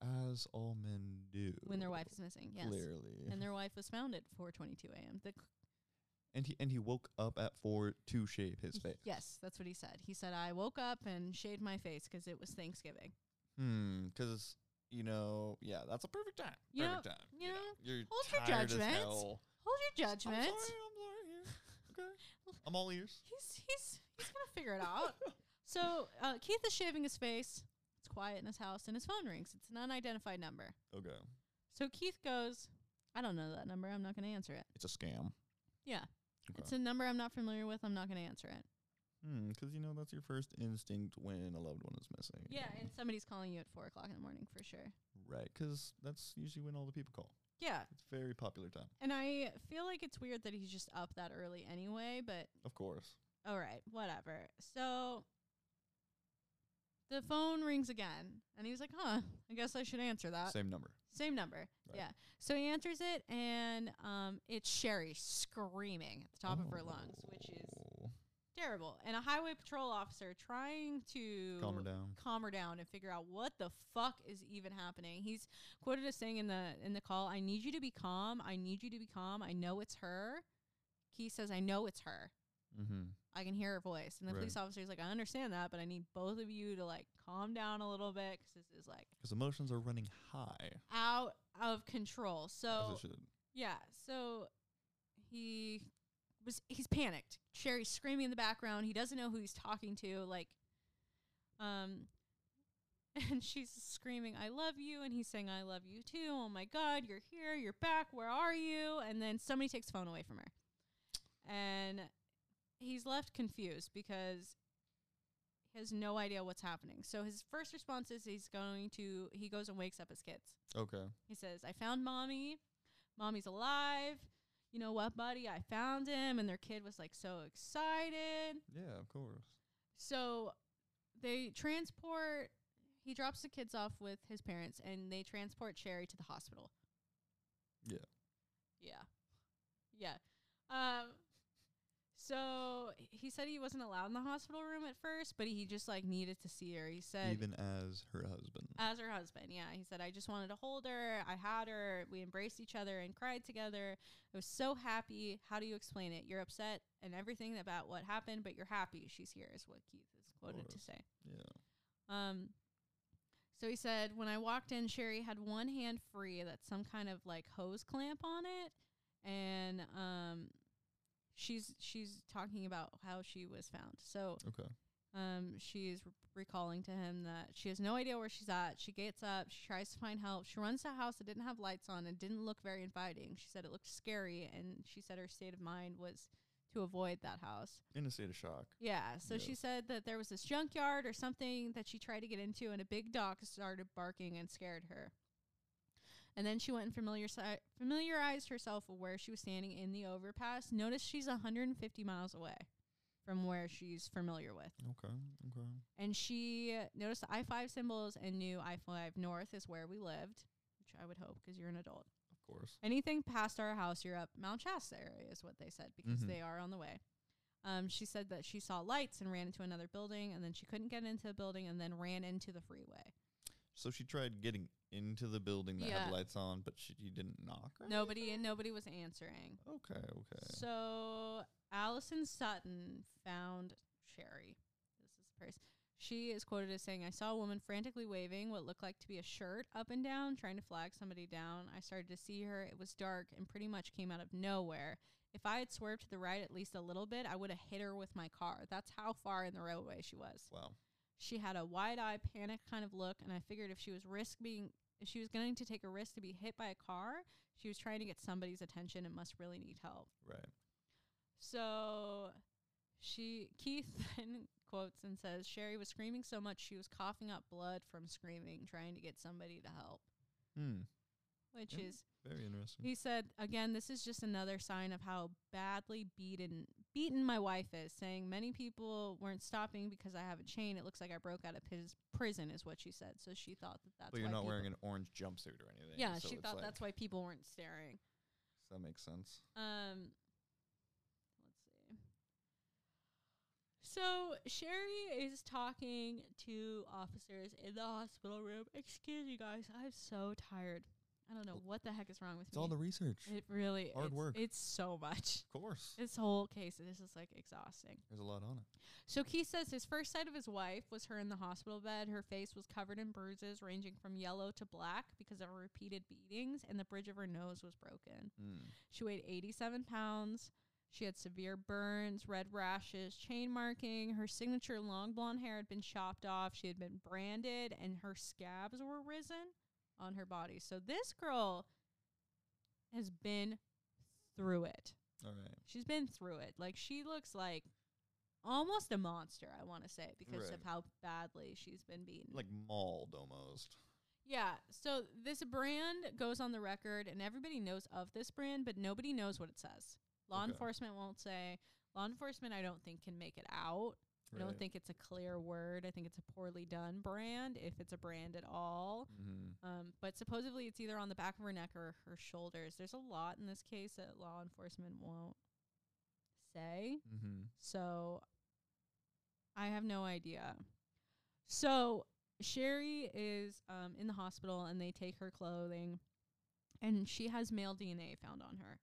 Speaker 2: As all men do.
Speaker 1: when their wife is missing. Yes,
Speaker 2: Clearly.
Speaker 1: and their wife was found at 4:22 a.m. The c-
Speaker 2: and he and he woke up at four to shave his face.
Speaker 1: yes, that's what he said. He said, "I woke up and shaved my face 'cause it was Thanksgiving."
Speaker 2: Hmm. Because you know, yeah, that's a perfect time.
Speaker 1: You know-
Speaker 2: perfect time.
Speaker 1: you know,
Speaker 2: you're
Speaker 1: hold your
Speaker 2: tired as
Speaker 1: judgment.
Speaker 2: hell.
Speaker 1: Hold your
Speaker 2: I'm
Speaker 1: judgment.
Speaker 2: sorry. I'm sorry. yeah. Okay. I'm all ears.
Speaker 1: He's he's he's gonna figure it out. So uh, Keith is shaving his face. It's quiet in his house, and his phone rings. It's an unidentified number.
Speaker 2: Okay.
Speaker 1: So Keith goes, I don't know that number. I'm not going to answer it.
Speaker 2: It's a scam.
Speaker 1: Yeah.
Speaker 2: Okay.
Speaker 1: It's a number I'm not familiar with. I'm not going to answer it.
Speaker 2: Because you know that's your first instinct when a loved one is missing.
Speaker 1: Yeah, and somebody's calling you at four o'clock in the morning for sure.
Speaker 2: Right, because that's usually when all the people call.
Speaker 1: Yeah,
Speaker 2: It's a very popular time,
Speaker 1: and I feel like it's weird that he's just up that early anyway. But
Speaker 2: of course.
Speaker 1: all right, whatever. So the phone rings again, and he's like, "Huh, I guess I should answer that."
Speaker 2: Same number.
Speaker 1: Same number.
Speaker 2: Right.
Speaker 1: Yeah. So he answers it, and um, it's Sherry screaming at the top of her lungs, which is
Speaker 2: Oh.
Speaker 1: terrible. And a highway patrol officer trying to
Speaker 2: Oh, calm her down.
Speaker 1: calm her down and figure out what the fuck is even happening. He's quoted as saying in the in the call, "I need you to be calm. I need you to be calm. I know it's her." He says, "I know it's her.
Speaker 2: Mm-hmm.
Speaker 1: I can hear her voice." And the
Speaker 2: Right.
Speaker 1: police officer's like, "I understand that, but I need both of you to like calm down a little bit because this is like
Speaker 2: Because emotions are running high.
Speaker 1: out of control."
Speaker 2: as
Speaker 1: So
Speaker 2: it should.
Speaker 1: yeah, so he was he's panicked. Sherry's screaming in the background. He doesn't know who he's talking to. Like, um, and she's screaming, "I love you," and he's saying, "I love you too." Oh my God, you're here. You're back. Where are you? And then somebody takes the phone away from her, and he's left confused because he has no idea what's happening. So his first response is he's going to he goes and wakes up his kids.
Speaker 2: Okay.
Speaker 1: He says, I found mommy. Mommy's alive. You know what, buddy? I found him. And their kid was like so excited.
Speaker 2: Yeah, of course.
Speaker 1: So they transport, he drops the kids off with his parents and they transport Sherry to the hospital.
Speaker 2: Yeah.
Speaker 1: Yeah. Yeah. Um, so h- he said he wasn't allowed in the hospital room at first, but he just like needed to see her. He said,
Speaker 2: Even as her husband.
Speaker 1: as her husband, yeah. He said, I just wanted to hold her. I had her. We embraced each other and cried together. I was so happy. How do you explain it? You're upset and everything about what happened, but you're happy she's here, is what Keith is quoted to
Speaker 2: course.
Speaker 1: say.
Speaker 2: yeah.
Speaker 1: Um, so he said, When I walked in, Sherry had one hand free that's some kind of like hose clamp on it. And um, she's she's talking about how she was found. So
Speaker 2: Okay.
Speaker 1: um, she's r- recalling to him that she has no idea where she's at. She gets up, she tries to find help. She runs to a house that didn't have lights on and didn't look very inviting. She said it looked scary, and she said her state of mind was to avoid that house.
Speaker 2: In a state of shock.
Speaker 1: Yeah, so she
Speaker 2: Yeah.
Speaker 1: said that there was this junkyard or something that she tried to get into, and a big dog started barking and scared her. And then she went and familiar si- familiarized herself with where she was standing in the overpass. Notice she's 150 miles away from where she's familiar with
Speaker 2: Okay. Okay.
Speaker 1: and she noticed the I five symbols and knew I five north is where we lived, which I would hope 'cause you're an adult.
Speaker 2: Of course.
Speaker 1: Anything past our house, you're up Mount Shasta area is what they said because
Speaker 2: Mhm.
Speaker 1: they are on the way. Um, she said that she saw lights and ran into another building, and then she couldn't get into the building, and then ran into the freeway.
Speaker 2: So she tried getting into the building that
Speaker 1: Yeah.
Speaker 2: had lights on, but she you didn't knock. Or
Speaker 1: Nobody and nobody was answering.
Speaker 2: anything? Okay. Okay.
Speaker 1: So Allison Sutton found Sherry. This is the person. She is quoted as saying, I saw a woman frantically waving what looked like to be a shirt up and down, trying to flag somebody down. I started to see her. It was dark and pretty much came out of nowhere. If I had swerved to the right at least a little bit, I would have hit her with my car. That's how far in the roadway she was.
Speaker 2: wow.
Speaker 1: She had a wide eye, panic kind of look, and I figured if she was risk being if she was going to take a risk to be hit by a car, she was trying to get somebody's attention and must really need help.
Speaker 2: Right.
Speaker 1: So she Keith then quotes and says Sherry was screaming so much she was coughing up blood from screaming, trying to get somebody to help.
Speaker 2: Hmm.
Speaker 1: Which
Speaker 2: Yeah.
Speaker 1: is
Speaker 2: Very interesting.
Speaker 1: he said again, this is just another sign of how badly beaten beaten my wife is, saying many people weren't stopping because I have a chain. It looks like I broke out of his prison is what she said. So she thought that that's
Speaker 2: but you're
Speaker 1: why
Speaker 2: not
Speaker 1: people-
Speaker 2: wearing an orange jumpsuit or anything.
Speaker 1: Yeah,
Speaker 2: so
Speaker 1: she
Speaker 2: it's
Speaker 1: thought
Speaker 2: like-
Speaker 1: that's why people weren't staring.
Speaker 2: That makes sense.
Speaker 1: Um, let's see. So Sherry is talking to officers in the hospital room. Excuse you guys, I'm so tired. I don't know what the heck is wrong with
Speaker 2: It's
Speaker 1: me.
Speaker 2: all the research.
Speaker 1: it really
Speaker 2: hard
Speaker 1: it's,
Speaker 2: work.
Speaker 1: It's so much.
Speaker 2: of course.
Speaker 1: This whole case this is like exhausting.
Speaker 2: There's a lot on it.
Speaker 1: So Keith says his first sight of his wife was her in the hospital bed. Her face was covered in bruises ranging from yellow to black because of her repeated beatings, and the bridge of her nose was broken.
Speaker 2: Mm.
Speaker 1: She weighed 87 pounds. She had severe burns, red rashes, chain marking. Her signature long blonde hair had been chopped off. She had been branded, and her scabs were risen on her body. So this girl has been through it.
Speaker 2: All right.
Speaker 1: She's been through it. Like she looks like almost a monster, I want to say, because
Speaker 2: Right.
Speaker 1: of how badly she's been beaten.
Speaker 2: Like mauled almost.
Speaker 1: yeah. So this brand goes on the record and everybody knows of this brand, but nobody knows what it says. Law
Speaker 2: Okay.
Speaker 1: enforcement won't say. Law enforcement I don't think can make it out. I don't
Speaker 2: Right.
Speaker 1: think it's a clear word. I think it's a poorly done brand, if it's a brand at all.
Speaker 2: Mhm.
Speaker 1: Um, but supposedly it's either on the back of her neck or her shoulders. There's a lot in this case that law enforcement won't say.
Speaker 2: Mhm.
Speaker 1: So I have no idea. So Sherry is um, in the hospital and they take her clothing and she has male DNA found on her.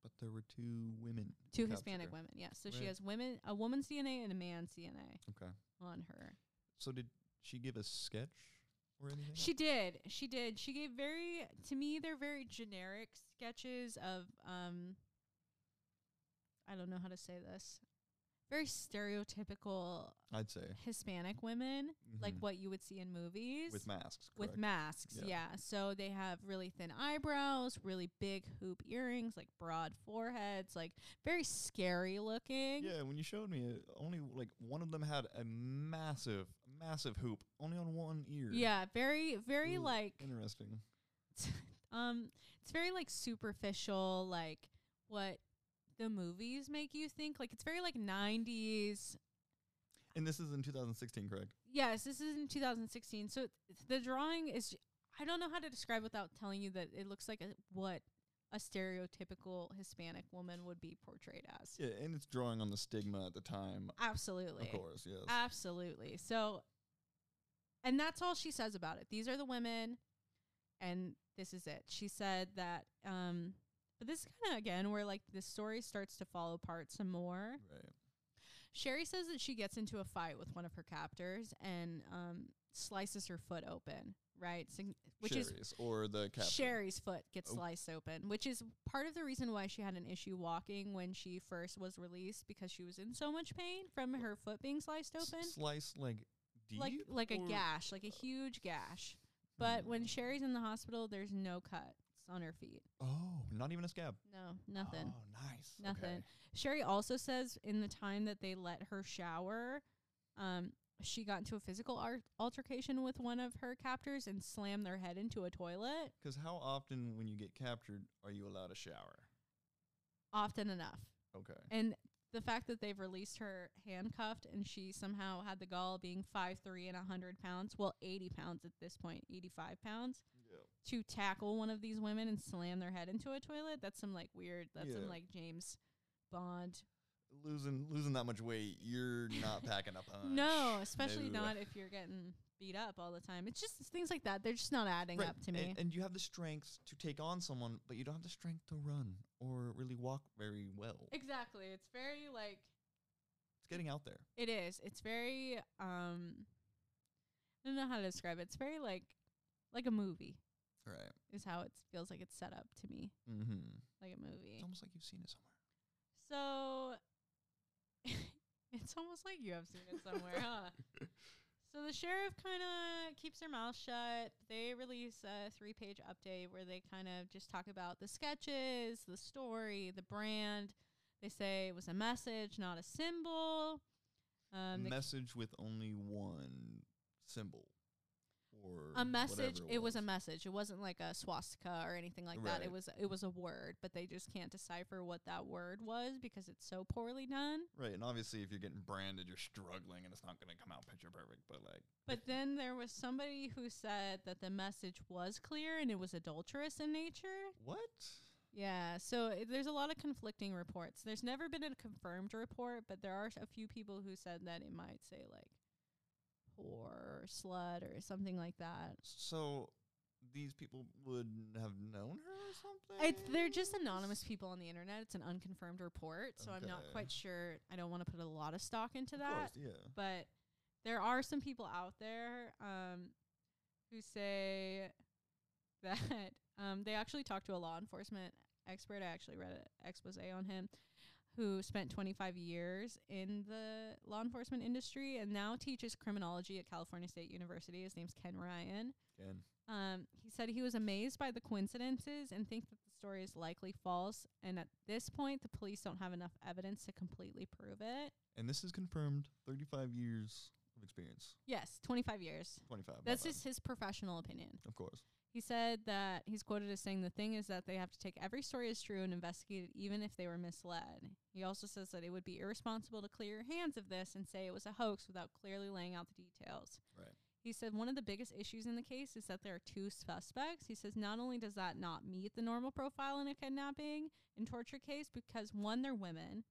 Speaker 2: But there were two women.
Speaker 1: Two
Speaker 2: who captured
Speaker 1: Hispanic
Speaker 2: her.
Speaker 1: women, yes. So she
Speaker 2: Right.
Speaker 1: has women a woman's DNA and a man's DNA
Speaker 2: Okay.
Speaker 1: on her.
Speaker 2: So did she give a sketch or anything?
Speaker 1: She did. She did. She gave very to me they're very generic sketches of um I don't know how to say this. Very stereotypical
Speaker 2: I'd say
Speaker 1: Hispanic women, like
Speaker 2: Mhm.
Speaker 1: what you would see in movies
Speaker 2: with masks.
Speaker 1: with
Speaker 2: correct?
Speaker 1: masks.
Speaker 2: Yeah.
Speaker 1: Yeah. So they have really thin eyebrows, really big hoop earrings, like broad foreheads, like very scary looking.
Speaker 2: Yeah, when you showed me it, only like one of them had a massive, massive hoop only on one ear.
Speaker 1: Yeah, very very
Speaker 2: Ooh,
Speaker 1: like
Speaker 2: Interesting.
Speaker 1: um it's very like superficial like what the movies make you think like it's very like 90s
Speaker 2: And this is in 2016, correct?
Speaker 1: yes this is in 2016 so it's- the drawing is i don't know how to describe without telling you that it looks like a, what a stereotypical hispanic woman would be portrayed as
Speaker 2: Yeah, and it's drawing on the stigma at the time,
Speaker 1: absolutely
Speaker 2: of course. Yes.
Speaker 1: Uh, Absolutely. So, and that's all she says about it. These are the women, and this is it. She said that, um, but this is kind of again where like the story starts to fall apart some more.
Speaker 2: right.
Speaker 1: Sherry says that she gets into a fight with one of her captors and um, slices her foot open, right? Sign which is
Speaker 2: Sherry's or the captain.
Speaker 1: Sherry's foot gets
Speaker 2: Oh.
Speaker 1: sliced open, which is part of the reason why she had an issue walking when she first was released because she was in so much pain from her foot being sliced
Speaker 2: S-
Speaker 1: open.
Speaker 2: Slice like deep.
Speaker 1: Like like a
Speaker 2: or- uh, Hmm.
Speaker 1: gash, like a huge gash. But when Sherry's in the hospital, there's no cuts on her feet.
Speaker 2: Oh, not even a scab.
Speaker 1: No, nothing.
Speaker 2: Oh, nice.
Speaker 1: Nothing.
Speaker 2: Okay.
Speaker 1: Sherry also says in the time that they let her shower, um, she got into a physical ar- altercation with one of her captors and slammed their head into a toilet
Speaker 2: Because how often when you get captured are you allowed a shower?
Speaker 1: often enough.
Speaker 2: Okay.
Speaker 1: And the fact that they've released her handcuffed and she somehow had the gall being five three and a hundred pounds, well, eighty pounds at this point, eighty five pounds, to tackle one of these women and slam their head into a toilet. That's some like weird. That's
Speaker 2: Yeah.
Speaker 1: some like James Bond.
Speaker 2: Losing losing that much weight, you're not packing up punch.
Speaker 1: no, especially
Speaker 2: No.
Speaker 1: not if you're getting beat up all the time. It's just things like that. They're just not adding
Speaker 2: Right,
Speaker 1: up to me.
Speaker 2: And, and you have the strength to take on someone, but you don't have the strength to run or really walk very well. It's
Speaker 1: exactly. It's very like
Speaker 2: getting out there.
Speaker 1: It is. It's very um I don't know how to describe it. It's very like like a movie
Speaker 2: Right.
Speaker 1: is how it feels like it's set up to me.
Speaker 2: Mm-hmm.
Speaker 1: Like a movie.
Speaker 2: It's almost like you've seen it somewhere.
Speaker 1: So it's almost like you have seen it somewhere, huh? So the sheriff kind of keeps their mouth shut. They release a three page update where they kind of just talk about the sketches, the story, the brand. They say it was a message, not a symbol. Um,
Speaker 2: a
Speaker 1: they
Speaker 2: message with only one symbol. Or
Speaker 1: a message
Speaker 2: whatever
Speaker 1: it was. a message it wasn't like a swastika or anything like that
Speaker 2: Right.
Speaker 1: it was it was a word but they just can't decipher what that word was because it's so poorly done
Speaker 2: Right, and obviously, if you're getting branded, you're struggling, and it's not going to come out picture perfect. But like,
Speaker 1: but then there was somebody who said that the message was clear and it was adulterous in nature
Speaker 2: what?
Speaker 1: yeah so i there's a lot of conflicting reports there's never been a confirmed report but there are s- a few people who said that it might say like whore or slut or something like that
Speaker 2: So these people would have known her or something?
Speaker 1: It's, they're just anonymous people on the internet. It's an unconfirmed report, so I'm not
Speaker 2: Okay.
Speaker 1: quite sure. I don't want to put a lot of stock into
Speaker 2: Of
Speaker 1: that,
Speaker 2: course, yeah.
Speaker 1: but there are some people out there um, who say that um, they actually talked to a law enforcement expert. I actually read an expose on him who spent 25 years in the law enforcement industry and now teaches criminology at California State University. His name's Ken Ryan.
Speaker 2: Again.
Speaker 1: Um, he said he was amazed by the coincidences and think that the story is likely false, and at this point, the police don't have enough evidence to completely prove it.
Speaker 2: And this is confirmed 35 years of experience.
Speaker 1: Yes, 25 years.
Speaker 2: 25. my
Speaker 1: That's
Speaker 2: bad.
Speaker 1: just his professional opinion.
Speaker 2: Of course.
Speaker 1: He said that he's quoted as saying the thing is that they have to take every story as true and investigate it, even if they were misled. He also says that it would be irresponsible to clear your hands of this and say it was a hoax without clearly laying out the details.
Speaker 2: Right.
Speaker 1: He said one of the biggest issues in the case is that there are two suspects. He says not only does that not meet the normal profile in a kidnapping and torture case because one, they're women,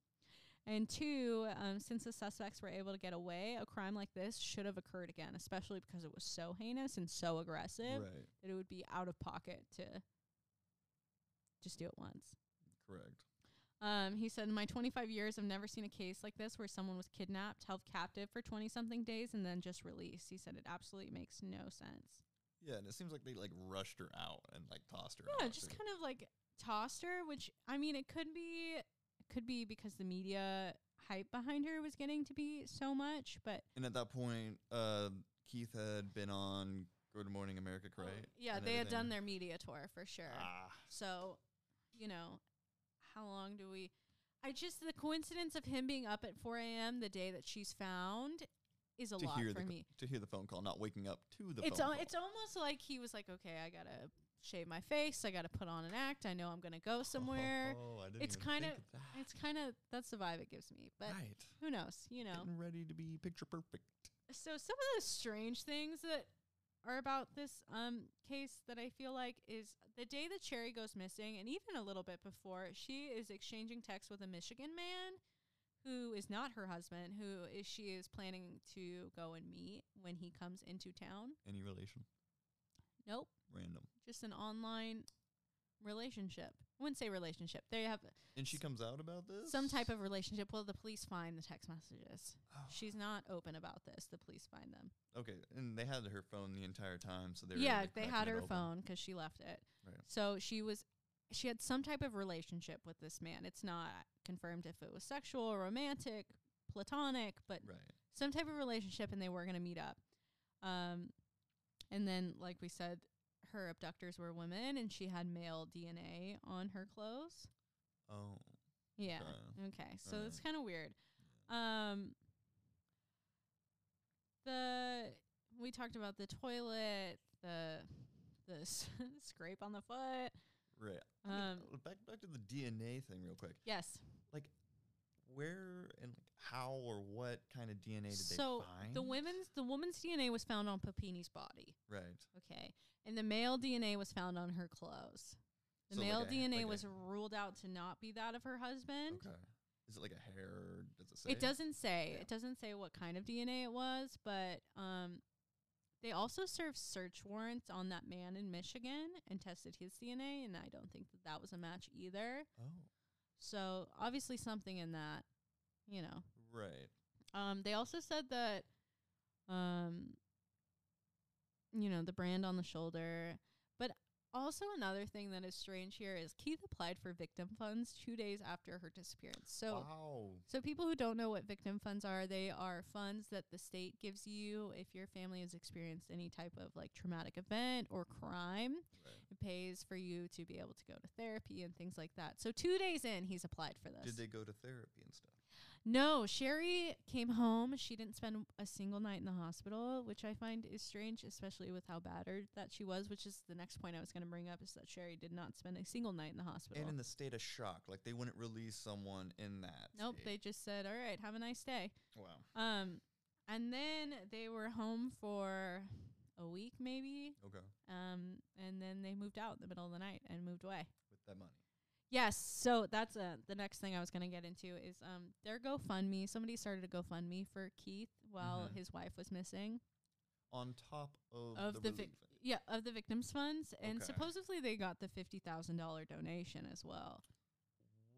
Speaker 1: and two, um, since the suspects were able to get away, a crime like this should have occurred again, especially because it was so heinous and so aggressive
Speaker 2: Right.
Speaker 1: that it would be out of pocket to just do it once.
Speaker 2: Correct.
Speaker 1: Um, he said, In my 25 years, I've never seen a case like this where someone was kidnapped, held captive for 20 something days, and then just released. He said, It absolutely makes no sense.
Speaker 2: Yeah, and it seems like they like rushed her out and like tossed her.
Speaker 1: Yeah,
Speaker 2: out
Speaker 1: just
Speaker 2: too.
Speaker 1: kind of like tossed her, which I mean, it could be, it could be because the media hype behind her was getting to be so much, but
Speaker 2: And at that point, uh, Keith had been on Good Morning America,
Speaker 1: Oh,
Speaker 2: right?
Speaker 1: yeah,
Speaker 2: And
Speaker 1: they had done
Speaker 2: everything.
Speaker 1: their media tour for sure.
Speaker 2: Ah,
Speaker 1: So, you know, how long do we? I just the coincidence of him being up at 4 a.m. the day that she's found is a
Speaker 2: to
Speaker 1: lot
Speaker 2: hear
Speaker 1: for
Speaker 2: the
Speaker 1: me.
Speaker 2: to hear the phone call, not waking up to the
Speaker 1: It's
Speaker 2: phone.
Speaker 1: al-
Speaker 2: call.
Speaker 1: it's almost like he was like, okay, I gotta shave my face, I gotta put on an act. I know I'm gonna go somewhere.
Speaker 2: Oh, I didn't
Speaker 1: it's
Speaker 2: even think
Speaker 1: kinda-
Speaker 2: of that.
Speaker 1: It's kind of that's the vibe it gives me, but
Speaker 2: right.
Speaker 1: who knows? You know.
Speaker 2: Getting ready to be picture perfect.
Speaker 1: so some of the strange things that are about this um case that I feel like is the day that Cherry goes missing and even a little bit before she is exchanging texts with a Michigan man who is not her husband who is she is planning to go and meet when he comes into town.
Speaker 2: Any relation?
Speaker 1: Nope,
Speaker 2: Random.
Speaker 1: just an online relationship. I wouldn't say relationship. They have
Speaker 2: And she comes out about this.
Speaker 1: some type of relationship. Well, the police find the text messages.
Speaker 2: Oh,
Speaker 1: She's not open about this. The police find them.
Speaker 2: okay, and they had her phone the entire time, so they were
Speaker 1: yeah,
Speaker 2: able to
Speaker 1: they
Speaker 2: crack
Speaker 1: had
Speaker 2: it
Speaker 1: her
Speaker 2: open.
Speaker 1: phone 'cause she left it.
Speaker 2: Right.
Speaker 1: So she was, she had some type of relationship with this man. It's not confirmed if it was sexual, romantic, platonic, but
Speaker 2: Right.
Speaker 1: some type of relationship, and they were going to meet up. Um, and then, like we said, her abductors were women, and she had male DNA on her clothes.
Speaker 2: Oh,
Speaker 1: Yeah.
Speaker 2: Okay.
Speaker 1: Okay, so
Speaker 2: Alright.
Speaker 1: that's kind of weird. Um, the we talked about the toilet, the the s- scrape on the foot.
Speaker 2: right. I mean,
Speaker 1: Um,
Speaker 2: uh, back back to the DNA thing real quick.
Speaker 1: yes.
Speaker 2: Where and like how or what kind of DNA did
Speaker 1: So
Speaker 2: they find?
Speaker 1: the women's the woman's DNA was found on Papini's body.
Speaker 2: right.
Speaker 1: Okay, and the male DNA was found on her clothes. The
Speaker 2: So like
Speaker 1: male
Speaker 2: a ha-
Speaker 1: DNA
Speaker 2: like a-
Speaker 1: was ruled out to not be that of her husband.
Speaker 2: Okay. Is it like a hair? Or does it say?
Speaker 1: It doesn't say.
Speaker 2: Yeah.
Speaker 1: It doesn't say what kind of DNA it was, but um, they also served search warrants on that man in Michigan and tested his DNA, and I don't think that that was a match either.
Speaker 2: Oh,
Speaker 1: So obviously something in that, you know.
Speaker 2: right.
Speaker 1: Um, they also said that, um, you know, the brand on the shoulder. But also another thing that is strange here is Keith applied for victim funds two days after her disappearance. So.
Speaker 2: wow.
Speaker 1: So, people who don't know what victim funds are, they are funds that the state gives you if your family has experienced any type of like traumatic event or crime.
Speaker 2: Right.
Speaker 1: It pays for you to be able to go to therapy and things like that. So, two days in, he's applied for this.
Speaker 2: Did they go to therapy and stuff?
Speaker 1: no, Sherry came home. She didn't spend a single night in the hospital, which I find is strange, especially with how battered that she was, which is the next point I was going to bring up is that Sherry did not spend a single night in the hospital.
Speaker 2: And in the state of shock, like they wouldn't release someone in that.
Speaker 1: nope, they
Speaker 2: state.
Speaker 1: just said, all right, have a nice day.
Speaker 2: Wow.
Speaker 1: Um, and then they were home for a week, maybe.
Speaker 2: Okay.
Speaker 1: Um, and then they moved out in the middle of the night and moved away.
Speaker 2: With that money.
Speaker 1: Yes, so that's uh, the next thing I was gonna get into is um their GoFundMe. Somebody started a GoFundMe for Keith while
Speaker 2: Mhm.
Speaker 1: his wife was missing
Speaker 2: On top of,
Speaker 1: of the,
Speaker 2: the,
Speaker 1: vic-
Speaker 2: relief.
Speaker 1: yeah of the victims' funds, and
Speaker 2: Okay.
Speaker 1: supposedly they got the fifty thousand dollar donation as well.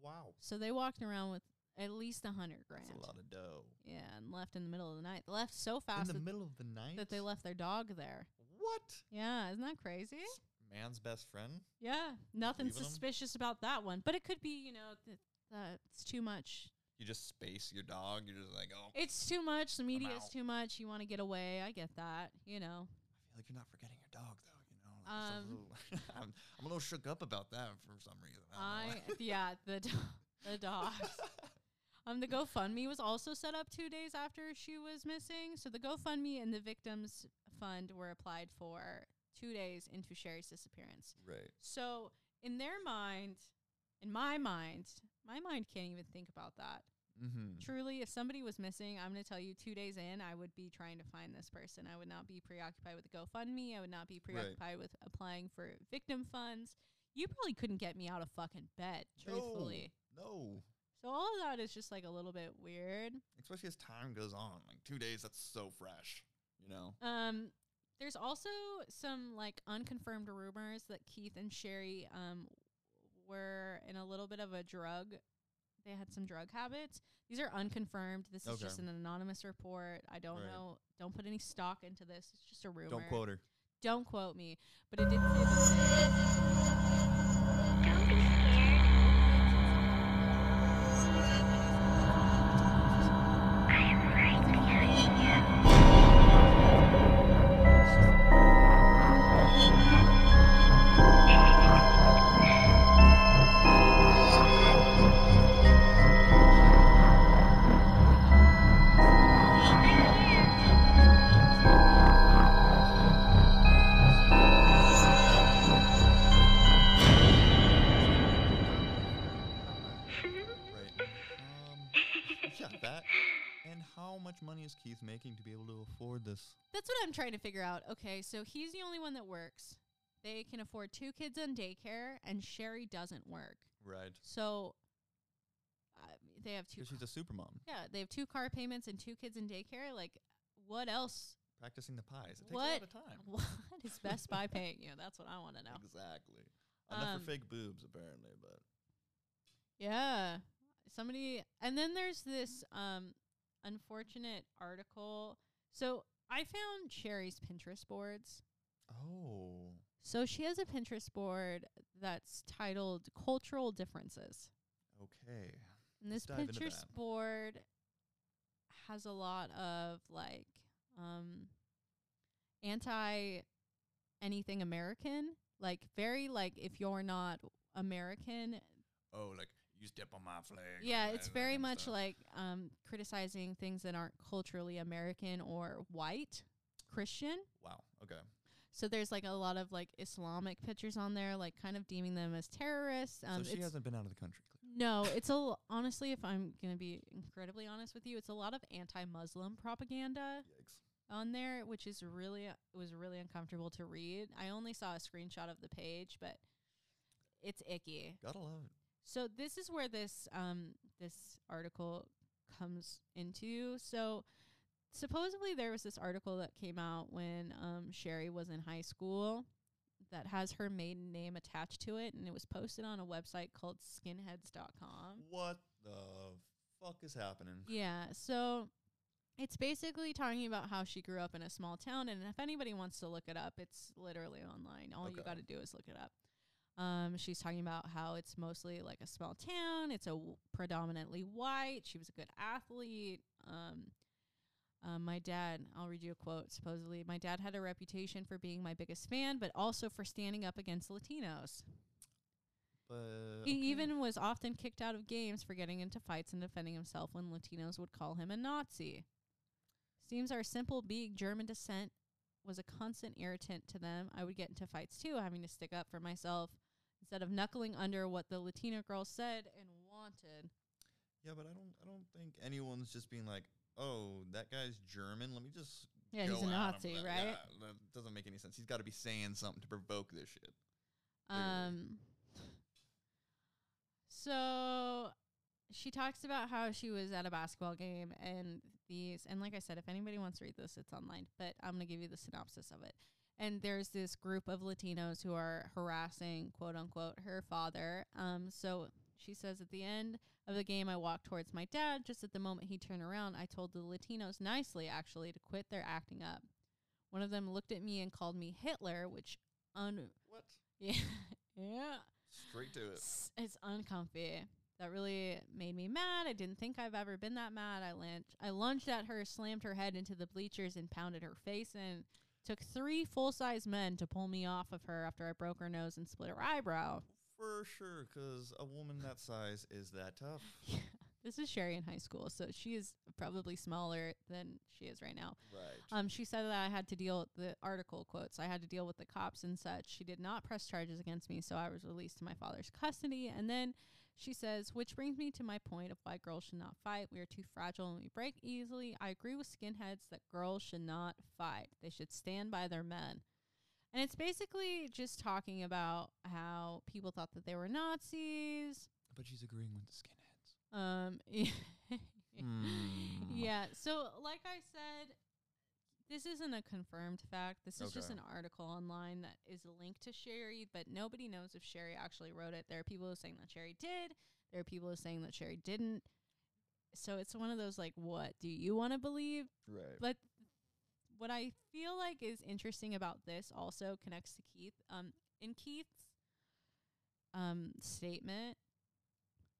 Speaker 2: wow.
Speaker 1: So they walked around with at least a hundred grand.
Speaker 2: That's a lot of dough.
Speaker 1: Yeah, and left in the middle of the night. They left so fast
Speaker 2: in
Speaker 1: that
Speaker 2: the middle of the night.
Speaker 1: that they left their dog there.
Speaker 2: What?
Speaker 1: Yeah, isn't that crazy?
Speaker 2: Man's best friend.
Speaker 1: Yeah, nothing
Speaker 2: leaving 'em?
Speaker 1: suspicious about that one, but it could be, you know, th- uh, it's too much.
Speaker 2: You just space your dog. You're just like, oh.
Speaker 1: It's too much. The media is
Speaker 2: out.
Speaker 1: too much. You want to get away. I get that. You know,
Speaker 2: I feel like you're not forgetting your dog though. You know. Like there's a
Speaker 1: Um,
Speaker 2: little- I'm, I'm a
Speaker 7: little shook up about that for some reason. I don't
Speaker 1: I
Speaker 7: know
Speaker 1: yeah the do- the dogs. Um, the GoFundMe was also set up two days after she was missing. So the GoFundMe and the victims fund were applied for two days into Sherry's disappearance.
Speaker 2: Right.
Speaker 1: So in their mind, in my mind, my mind can't even think about that.
Speaker 2: Mm-hmm.
Speaker 1: Truly, if somebody was missing, I'm going to tell you two days in, I would be trying to find this person. I would not be preoccupied with GoFundMe. I would not be preoccupied with applying for victim funds. You probably couldn't get me out of fucking bed, truthfully.
Speaker 7: why. No,
Speaker 1: So all of that is just like a little bit weird.
Speaker 7: especially as time goes on, like two days. That's so fresh, you know.
Speaker 1: Um, there's also some like unconfirmed rumors that Keith and Sherry um were in a little bit of a drug. They had some drug habits. These are unconfirmed. This is
Speaker 2: Okay.
Speaker 1: just an anonymous report. I don't
Speaker 2: Right.
Speaker 1: know. Don't put any stock into this. It's just a rumor.
Speaker 2: Don't quote her.
Speaker 1: Don't quote me. But it did say that.
Speaker 3: Don't be scared.
Speaker 2: Right. Um, yeah, that. And how much money is Keith making to be able to afford this?
Speaker 1: That's what I'm trying to figure out. Okay, so he's the only one that works. They can afford two kids on daycare, and Sherry doesn't work.
Speaker 2: Right.
Speaker 1: So uh, they have two.
Speaker 2: Because she's a supermom,
Speaker 1: Yeah, they have two car payments and two kids in daycare. Like, what else?
Speaker 2: practicing the pies. It takes a
Speaker 1: What?
Speaker 2: lot of time.
Speaker 1: What is Best Buy paying you? That's what I want to know.
Speaker 2: Exactly. Enough
Speaker 1: Um,
Speaker 2: for fake boobs, apparently, but
Speaker 1: Yeah, somebody. And then there's this um unfortunate article. So I found Sherry's Pinterest boards.
Speaker 2: oh,
Speaker 1: So she has a Pinterest board that's titled "Cultural Differences."
Speaker 2: okay.
Speaker 1: And this
Speaker 2: Let's dive into
Speaker 1: Pinterest
Speaker 2: that.
Speaker 1: board has a lot of like um anti anything American, like very like if you're not American.
Speaker 7: Oh, like you step on my flag. or
Speaker 1: yeah,
Speaker 7: that-
Speaker 1: it's
Speaker 7: that
Speaker 1: very
Speaker 7: kinda
Speaker 1: much
Speaker 7: stuff.
Speaker 1: like um criticizing things that aren't culturally American or white Christian.
Speaker 2: Wow. Okay.
Speaker 1: So there's like a lot of like Islamic pictures on there, like kind of deeming them as terrorists. Um,
Speaker 2: so she
Speaker 1: it's-
Speaker 2: hasn't been out of the country.
Speaker 1: No, it's a l- honestly, if I'm gonna be incredibly honest with you, it's a lot of anti-Muslim propaganda
Speaker 2: Yikes.
Speaker 1: on there, which is really it was really uncomfortable to read. I only saw a screenshot of the page, but it's icky.
Speaker 2: Gotta love it.
Speaker 1: So this is where this um this article comes into. So supposedly there was this article that came out when um Sherry was in high school that has her maiden name attached to it and it was posted on a website called skinheads.com.
Speaker 2: What the fuck is happening?
Speaker 1: Yeah, so it's basically talking about how she grew up in a small town, and if anybody wants to look it up, it's literally online. All you
Speaker 2: Okay.
Speaker 1: got to do is look it up. Um, she's talking about how it's mostly like a small town. It's a w- predominantly white. She was a good athlete. Um, um, my dad, I'll read you a quote. Supposedly, my dad had a reputation for being my biggest fan, but also for standing up against Latinos.
Speaker 2: But
Speaker 1: He
Speaker 2: okay.
Speaker 1: even was often kicked out of games for getting into fights and defending himself when Latinos would call him a Nazi. Seems our simple being German descent was a constant irritant to them. I would get into fights too, having to stick up for myself instead of knuckling under what the Latina girl said and wanted.
Speaker 2: yeah, but I don't. I don't think anyone's just being like, oh, that guy's German. Let me just.
Speaker 1: Yeah,
Speaker 2: go
Speaker 1: he's a
Speaker 2: at
Speaker 1: Nazi,
Speaker 2: him with that."
Speaker 1: right?
Speaker 2: Yeah, that doesn't make any sense. He's got to be saying something to provoke this shit. Clearly.
Speaker 1: Um, so she talks about how she was at a basketball game and these, and like I said, if anybody wants to read this, it's online, but I'm going to give you the synopsis of it. And there's this group of Latinos who are harassing, quote unquote, her father. Um, so she says at the end of the game, I walked towards my dad. Just at the moment he turned around, I told the Latinos nicely, actually, to quit their acting up. One of them looked at me and called me Hitler, which un
Speaker 2: What?
Speaker 1: yeah. yeah.
Speaker 2: Straight to it.
Speaker 1: It's, it's uncomfy. That really made me mad. I didn't think I've ever been that mad. I lunged, I lunged at her, slammed her head into the bleachers, and pounded her face in. Took three full size men to pull me off of her after I broke her nose and split her eyebrow.
Speaker 2: For sure, because a woman that size is that tough.
Speaker 1: This is Sherry in high school, so she is probably smaller than she is right now.
Speaker 2: Right.
Speaker 1: Um, she said that I had to deal the article quotes. I had to deal with the cops and such. She did not press charges against me, so I was released to my father's custody. And then she says, which brings me to my point of why girls should not fight. We are too fragile and we break easily. I agree with skinheads that girls should not fight. They should stand by their men. And it's basically just talking about how people thought that they were Nazis.
Speaker 2: But she's agreeing with the skinheads.
Speaker 1: Um, yeah. So, like I said, this isn't a confirmed fact. This is just
Speaker 2: Okay.
Speaker 1: an article online that is linked to Sherry, but nobody knows if Sherry actually wrote it. There are people who are saying that Sherry did. There are people who are saying that Sherry didn't. So it's one of those like, what do you want to believe?
Speaker 2: Right.
Speaker 1: But what I feel like is interesting about this also connects to Keith. Um, in Keith's um, statement,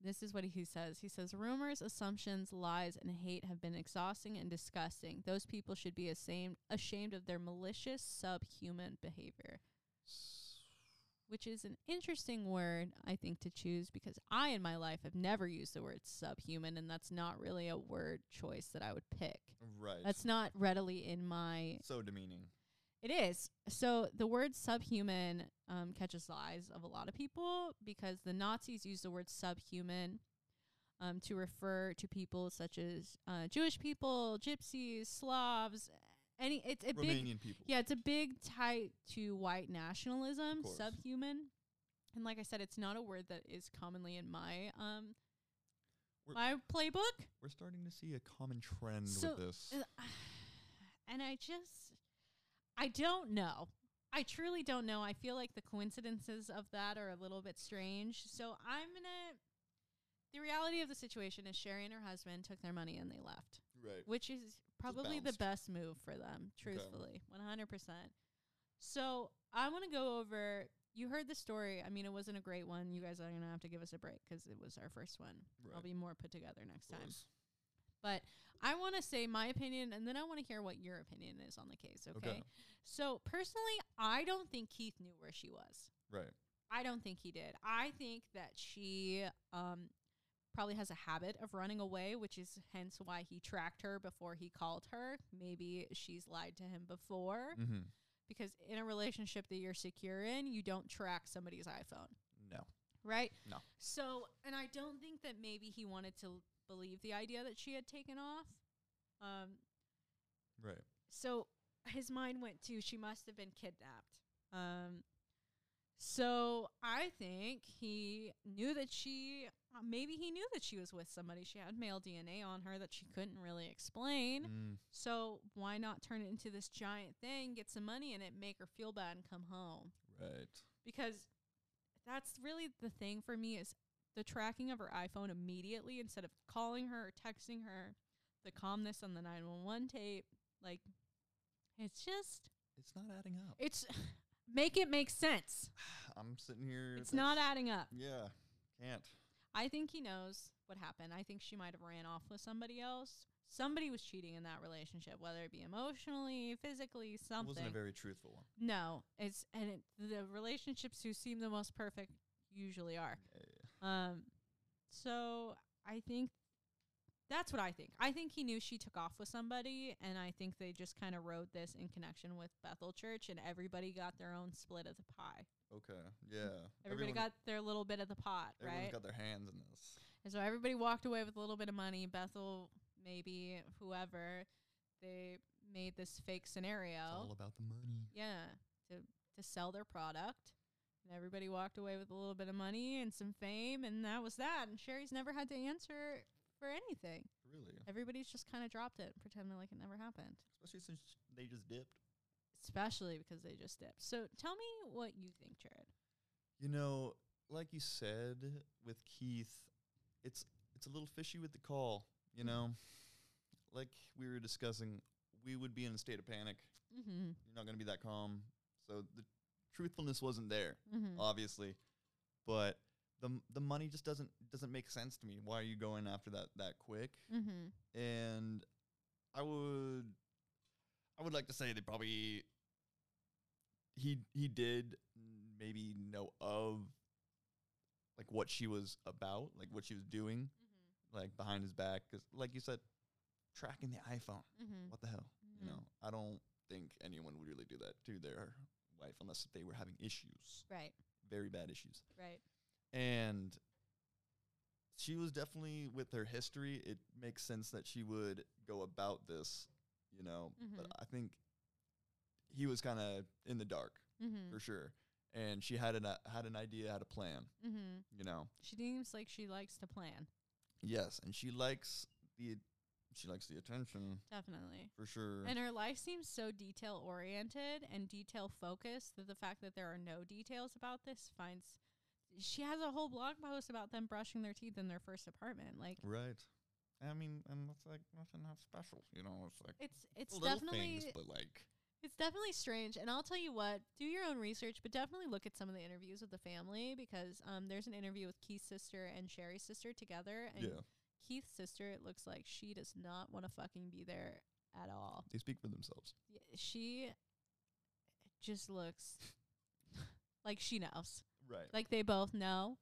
Speaker 1: this is what he says. He says, Rumors, assumptions, lies, and hate have been exhausting and disgusting. Those people should be ashamed, ashamed of their malicious, subhuman behavior, which is an interesting word, I think, to choose because I, in my life, have never used the word subhuman, and that's not really a word choice that I would pick.
Speaker 2: Right.
Speaker 1: That's not readily in my.
Speaker 2: so demeaning.
Speaker 1: It is. So the word subhuman um, catches the eyes of a lot of people because the Nazis used the word subhuman um, to refer to people such as uh, Jewish people, gypsies, Slavs, any. It's a big.
Speaker 2: Romanian people.
Speaker 1: Yeah, it's a big tie to white nationalism,
Speaker 2: Of course.
Speaker 1: subhuman. And like I said, it's not a word that is commonly in my um
Speaker 2: We're-
Speaker 1: my playbook.
Speaker 2: We're starting to see a common trend
Speaker 1: So,
Speaker 2: with this.
Speaker 1: Uh, And I just, I don't know. I truly don't know. I feel like the coincidences of that are a little bit strange. So I'm going to. The reality of the situation is Sherry and her husband took their money and they left,
Speaker 2: right.
Speaker 1: which is probably the
Speaker 2: bounced.
Speaker 1: best move for them, truthfully, 100%. So I want to go over. You heard the story. I mean, it wasn't a great one. You guys are going to have to give us a break because it was our first one. I'll
Speaker 2: Right.
Speaker 1: be more put together next time. But I want to say my opinion and then I want to hear what your opinion is on the case, okay?
Speaker 2: Okay.
Speaker 1: So, personally, I don't think Keith knew where she was.
Speaker 2: Right.
Speaker 1: I don't think he did. I think that she um probably has a habit of running away, which is hence why he tracked her before he called her. Maybe she's lied to him before
Speaker 2: Mm-hmm.
Speaker 1: because in a relationship that you're secure in, you don't track somebody's iPhone
Speaker 2: No.
Speaker 1: right?
Speaker 2: No.
Speaker 1: So, and I don't think that maybe he wanted to l- believe the idea that she had taken off. Um,
Speaker 2: Right.
Speaker 1: so his mind went to she must have been kidnapped. Um, so I think he knew that she uh, maybe he knew that she was with somebody. She had male DNA on her that she couldn't really explain.
Speaker 2: Mm.
Speaker 1: So why not turn it into this giant thing, get some money in it, make her feel bad, and come home?
Speaker 2: Right.
Speaker 1: because that's really the thing for me is the tracking of her iPhone immediately instead of calling her or texting her, the calmness on the 911 tape, like it's just
Speaker 2: It's not adding up.
Speaker 1: it's make it make sense.
Speaker 2: I'm sitting here.
Speaker 1: It's not
Speaker 2: that's-
Speaker 1: adding up.
Speaker 2: Yeah. Can't.
Speaker 1: I think he knows what happened. I think she might have ran off with somebody else. Somebody was cheating in that relationship, whether it be emotionally, physically,
Speaker 2: It wasn't a
Speaker 1: something.
Speaker 2: very truthful one.
Speaker 1: No, it's and it, the relationships who seem the most perfect usually are. Um, so I think that's what I think. I think he knew she took off with somebody, and I think they just kind of rode this in connection with Bethel Church, and everybody got their own split of the pie.
Speaker 2: Okay. Yeah.
Speaker 1: Everybody
Speaker 2: Everyone-
Speaker 1: got their little bit of the pot,
Speaker 2: Everyone's
Speaker 1: right?
Speaker 2: got their hands in this.
Speaker 1: And so everybody walked away with a little bit of money. Bethel, maybe whoever, they made this fake scenario.
Speaker 2: It's all about the money.
Speaker 1: yeah to to sell their product and everybody walked away with a little bit of money and some fame and that was that and sherry's never had to answer for anything
Speaker 2: Really.
Speaker 1: everybody's just kind of dropped it and pretended like it never happened
Speaker 2: Especially since they just dipped.
Speaker 1: especially because they just dipped so tell me what you think jared
Speaker 2: You know, like you said with Keith, it's it's a little fishy with the call, you know. Like we were discussing, we would be in a state of panic.
Speaker 1: mm-hmm,
Speaker 2: You're not going to be that calm. So the truthfulness wasn't there,
Speaker 1: mm-hmm.
Speaker 2: obviously. But the m- the money just doesn't doesn't make sense to me. Why are you going after that that quick?
Speaker 1: mm-hmm.
Speaker 2: And I would I would like to say they probably he he did maybe know of like what she was about, like what she was doing,
Speaker 1: Mm-hmm.
Speaker 2: like behind his back, because like you said, tracking the iPhone.
Speaker 1: Mm-hmm.
Speaker 2: What the hell? You know, I don't think anyone would really do that to their wife unless they were having issues,
Speaker 1: Right.
Speaker 2: very bad issues.
Speaker 1: Right.
Speaker 2: And she was definitely with her history. It makes sense that she would go about this, you know. But
Speaker 1: Mhm.
Speaker 2: I think he was kind of in the dark
Speaker 1: Mm-hmm.
Speaker 2: for sure, and she had an uh, had an idea, had a plan,
Speaker 1: Mm-hmm.
Speaker 2: you know.
Speaker 1: She seems like she likes to plan.
Speaker 2: Yes, and she likes the she likes the attention
Speaker 1: Definitely.
Speaker 2: for sure.
Speaker 1: And her life seems so detail oriented and detail focused that the fact that there are no details about this finds she has a whole blog post about them brushing their teeth in their first apartment. Like
Speaker 2: right. I mean, and that's like nothing that special, you know. It's like
Speaker 1: it's it's
Speaker 2: little
Speaker 1: definitely
Speaker 2: things, but like
Speaker 1: it's definitely strange. And I'll tell you what, do your own research, but definitely look at some of the interviews with the family because um there's an interview with Keith's sister and Sherry's sister together and
Speaker 2: Yeah.
Speaker 1: Keith's sister, it looks like she does not want to fucking be there at all.
Speaker 2: they speak for themselves.
Speaker 1: Y- she just looks like she knows.
Speaker 2: Right.
Speaker 1: Like they both know.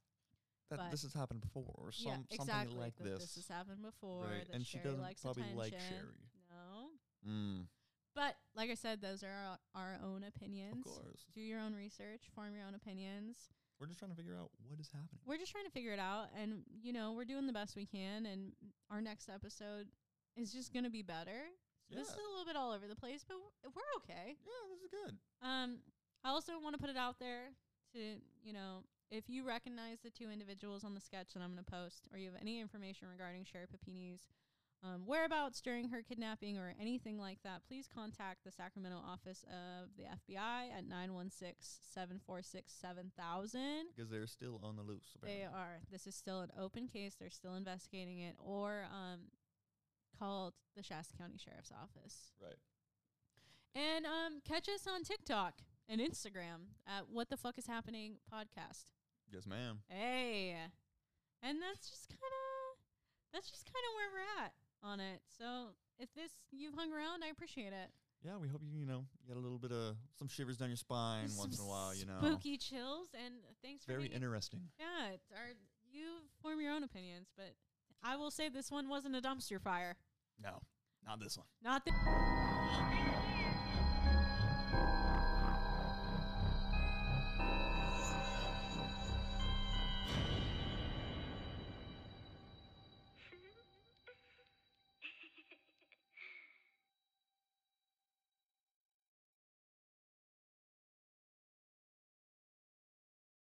Speaker 1: but-
Speaker 2: that this has happened before or some,
Speaker 1: yeah, exactly.
Speaker 2: something like
Speaker 1: that
Speaker 2: this.
Speaker 1: has happened before.
Speaker 2: Right,
Speaker 1: That
Speaker 2: and she
Speaker 1: Sherry
Speaker 2: doesn't
Speaker 1: likes
Speaker 2: probably like
Speaker 1: attention.
Speaker 2: Sherry.
Speaker 1: No.
Speaker 2: Mm,
Speaker 1: But like I said, those are our, our own opinions.
Speaker 2: of course.
Speaker 1: Do your own research, form your own opinions.
Speaker 2: We're just trying to figure out what is happening.
Speaker 1: We're just trying to figure it out and you know, we're doing the best we can and our next episode is just going to be better. So This
Speaker 2: Yeah.
Speaker 1: is a little bit all over the place, but we're, we're okay.
Speaker 2: Yeah, this is good.
Speaker 1: Um, I also want to put it out there to you know if you recognize the two individuals on the sketch that I'm going to post, or you have any information regarding Sherry Papini's um, whereabouts during her kidnapping or anything like that, please contact the Sacramento office of the FBI at nine one six seven four six seven thousand.
Speaker 2: Because they're still on the loose.
Speaker 1: They
Speaker 2: apparently.
Speaker 1: are. This is still an open case. They're still investigating it. Or um, call the Shasta County Sheriff's Office.
Speaker 2: Right.
Speaker 1: And um, catch us on TikTok and Instagram at What the Fuck Is Happening podcast.
Speaker 2: Yes, ma'am.
Speaker 1: Hey, and that's just kind of that's just kind of where we're at on it. So if this you've hung around, I appreciate it.
Speaker 2: Yeah, we hope you, you know, you had a little bit of some shivers down your spine
Speaker 1: Some
Speaker 2: once in a while, you know.
Speaker 1: spooky chills, and thanks for
Speaker 2: Very
Speaker 1: being-
Speaker 2: interesting.
Speaker 1: Yeah, it's our you form your own opinions, but I will say this one wasn't a dumpster fire.
Speaker 2: No, not this one.
Speaker 1: Not that.